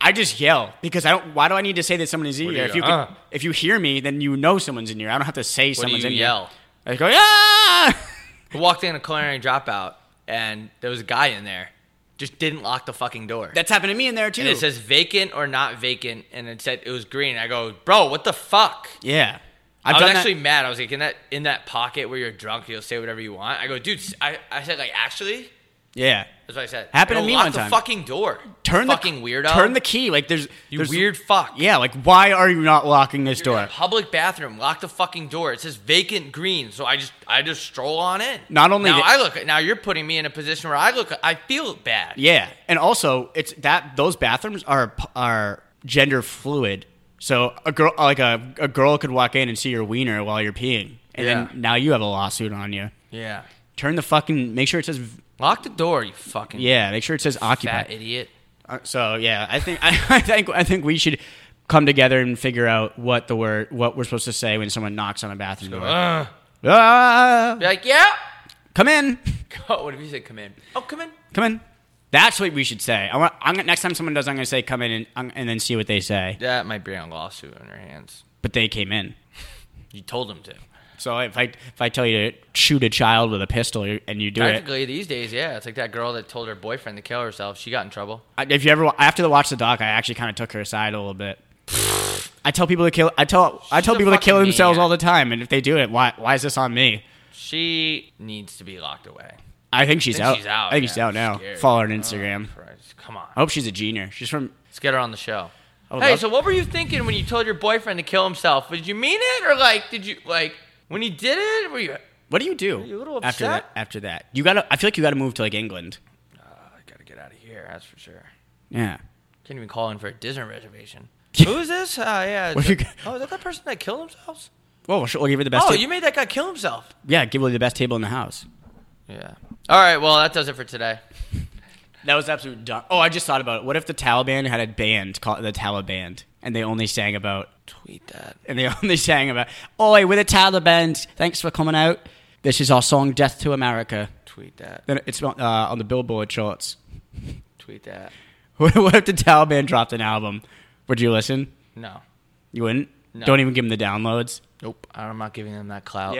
[SPEAKER 2] I just yell because I don't. Why do I need to say that someone is in
[SPEAKER 1] do
[SPEAKER 2] here?
[SPEAKER 1] you
[SPEAKER 2] If you
[SPEAKER 1] go,
[SPEAKER 2] can,
[SPEAKER 1] "Uh."
[SPEAKER 2] if you hear me, then you know someone's in here. I don't have to say someone's
[SPEAKER 1] you
[SPEAKER 2] in
[SPEAKER 1] yell?
[SPEAKER 2] here. I go yeah.
[SPEAKER 1] I walked in a culinary dropout, and there was a guy in there, just didn't lock the fucking door.
[SPEAKER 2] That's happened to me in there too.
[SPEAKER 1] and it says vacant or not vacant, and it said it was green. I go, bro, what the fuck?
[SPEAKER 2] yeah. I've
[SPEAKER 1] i was
[SPEAKER 2] done that-
[SPEAKER 1] actually mad. I was like, in that in that pocket where you're drunk, you'll say whatever you want. I go, dude. s- I, I said like actually,
[SPEAKER 2] Yeah.
[SPEAKER 1] that's what I said.
[SPEAKER 2] Happened
[SPEAKER 1] I
[SPEAKER 2] to
[SPEAKER 1] go,
[SPEAKER 2] me
[SPEAKER 1] lock
[SPEAKER 2] one
[SPEAKER 1] the
[SPEAKER 2] time.
[SPEAKER 1] Fucking door.
[SPEAKER 2] Turn
[SPEAKER 1] fucking
[SPEAKER 2] the
[SPEAKER 1] weirdo.
[SPEAKER 2] Turn the key. Like there's
[SPEAKER 1] you
[SPEAKER 2] there's-
[SPEAKER 1] weird fuck.
[SPEAKER 2] Yeah. Like why are you not locking this
[SPEAKER 1] You're in a
[SPEAKER 2] door?
[SPEAKER 1] Public bathroom. Lock the fucking door. It says vacant green. So I just I just stroll on in.
[SPEAKER 2] Not only
[SPEAKER 1] now
[SPEAKER 2] that-
[SPEAKER 1] I look now you're putting me in a position where I look I feel bad.
[SPEAKER 2] Yeah, and also it's that those bathrooms are are gender fluid. So a girl like a, a girl could walk in and see your wiener while you're peeing, and
[SPEAKER 1] Yeah.
[SPEAKER 2] then now you have a lawsuit on you.
[SPEAKER 1] Yeah.
[SPEAKER 2] Turn the fucking make sure it says
[SPEAKER 1] Lock the door. You fucking
[SPEAKER 2] yeah, make sure it says
[SPEAKER 1] fat
[SPEAKER 2] occupy.
[SPEAKER 1] idiot.
[SPEAKER 2] Uh, So yeah, I think I, I think I think we should come together and figure out what the word what we're supposed to say when someone knocks on a bathroom door.
[SPEAKER 1] Ugh.
[SPEAKER 2] Ah,
[SPEAKER 1] Be like, yeah.
[SPEAKER 2] come in,
[SPEAKER 1] Oh, what if you say come in? Oh, come in.
[SPEAKER 2] come in. That's what we should say. I want I'm, gonna- next time someone does, I'm gonna say come in and, um, and then see what they say.
[SPEAKER 1] That might bring a lawsuit on your hands.
[SPEAKER 2] But they came in.
[SPEAKER 1] You told him to.
[SPEAKER 2] So if I if I tell you to shoot a child with a pistol you- and you do it,
[SPEAKER 1] Practically these days, yeah. It's like that girl that told her boyfriend to kill herself. She got in trouble.
[SPEAKER 2] I- if you ever after the watch the doc, I actually kind of took her aside a little bit. I tell people to kill. I tell I
[SPEAKER 1] She's
[SPEAKER 2] tell
[SPEAKER 1] a
[SPEAKER 2] people to kill
[SPEAKER 1] fucking
[SPEAKER 2] themselves
[SPEAKER 1] maniac.
[SPEAKER 2] all the time, and if they do it, why why is this on me?
[SPEAKER 1] She needs to be locked away.
[SPEAKER 2] I think she's,
[SPEAKER 1] I think
[SPEAKER 2] out.
[SPEAKER 1] she's out.
[SPEAKER 2] I think
[SPEAKER 1] yeah.
[SPEAKER 2] she's out now.
[SPEAKER 1] Scary.
[SPEAKER 2] Follow her on
[SPEAKER 1] Oh,
[SPEAKER 2] Instagram.
[SPEAKER 1] Christ. Come on.
[SPEAKER 2] I hope she's a junior. She's from. oh,
[SPEAKER 1] Let's get her on the show.
[SPEAKER 2] would
[SPEAKER 1] Hey,
[SPEAKER 2] love-
[SPEAKER 1] so what were you thinking when you told your boyfriend to kill himself? Did you mean it, or like, did you like when he did it? Were you?
[SPEAKER 2] What do you do
[SPEAKER 1] you a little
[SPEAKER 2] after
[SPEAKER 1] upset?
[SPEAKER 2] that? After that, you gotta. I feel like you gotta move to like England.
[SPEAKER 1] I gotta get out of here. That's for sure.
[SPEAKER 2] Yeah.
[SPEAKER 1] Can't even call in for a dinner reservation. Who is this? Uh, yeah.
[SPEAKER 2] What
[SPEAKER 1] it's-
[SPEAKER 2] you-
[SPEAKER 1] oh, is that the person that killed themselves?
[SPEAKER 2] Well, we'll, sh- we'll give her the best.
[SPEAKER 1] Oh,
[SPEAKER 2] ta-
[SPEAKER 1] you made that guy kill himself.
[SPEAKER 2] yeah, give her the best table in the house.
[SPEAKER 1] Yeah. All right. Well, that does it for today.
[SPEAKER 2] That was absolute dumb. Oh, I just thought about it. What if the Taliban had a band called the Taliban, and they only sang about
[SPEAKER 1] Tweet that.
[SPEAKER 2] and they only sang about, "Oi, we're the Taliban. Thanks for coming out. This is our song, Death to America."
[SPEAKER 1] Tweet that.
[SPEAKER 2] Then it's on- uh, on the Billboard charts.
[SPEAKER 1] Tweet that.
[SPEAKER 2] What what if the Taliban dropped an album? Would you listen?
[SPEAKER 1] No.
[SPEAKER 2] You wouldn't.
[SPEAKER 1] No.
[SPEAKER 2] Don't even give them the downloads. Oh.
[SPEAKER 1] Nope. I'm not giving them that clout.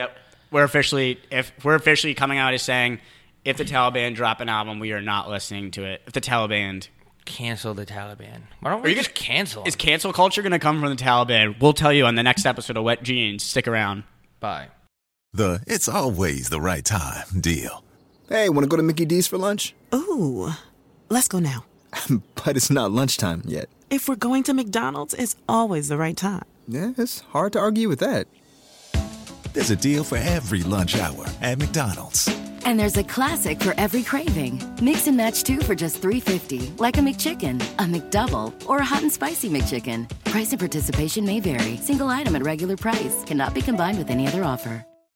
[SPEAKER 2] We're officially if we're officially coming out as saying, if the Taliban drop an album, we are not listening to it. If the Taliban
[SPEAKER 1] Cancel the Taliban. Why don't we
[SPEAKER 2] you
[SPEAKER 1] just
[SPEAKER 2] gonna-
[SPEAKER 1] cancel? 'em?
[SPEAKER 2] Is cancel culture going to come from the Taliban? We'll tell you on the next episode of Wet Jeans. Stick around.
[SPEAKER 1] Bye.
[SPEAKER 3] The it's always the right time deal.
[SPEAKER 4] Hey, want to go to Mickey D's for lunch?
[SPEAKER 5] Ooh, let's go now.
[SPEAKER 4] but it's not lunchtime yet.
[SPEAKER 5] If we're going to McDonald's, it's always the right time.
[SPEAKER 4] Yeah, it's hard to argue with that.
[SPEAKER 3] There's a deal for every lunch hour at McDonald's.
[SPEAKER 6] And there's a classic for every craving. Mix and match two for just $3.50, like a McChicken, a McDouble, or a hot and spicy McChicken. Price and participation may vary. Single item at regular price cannot be combined with any other offer.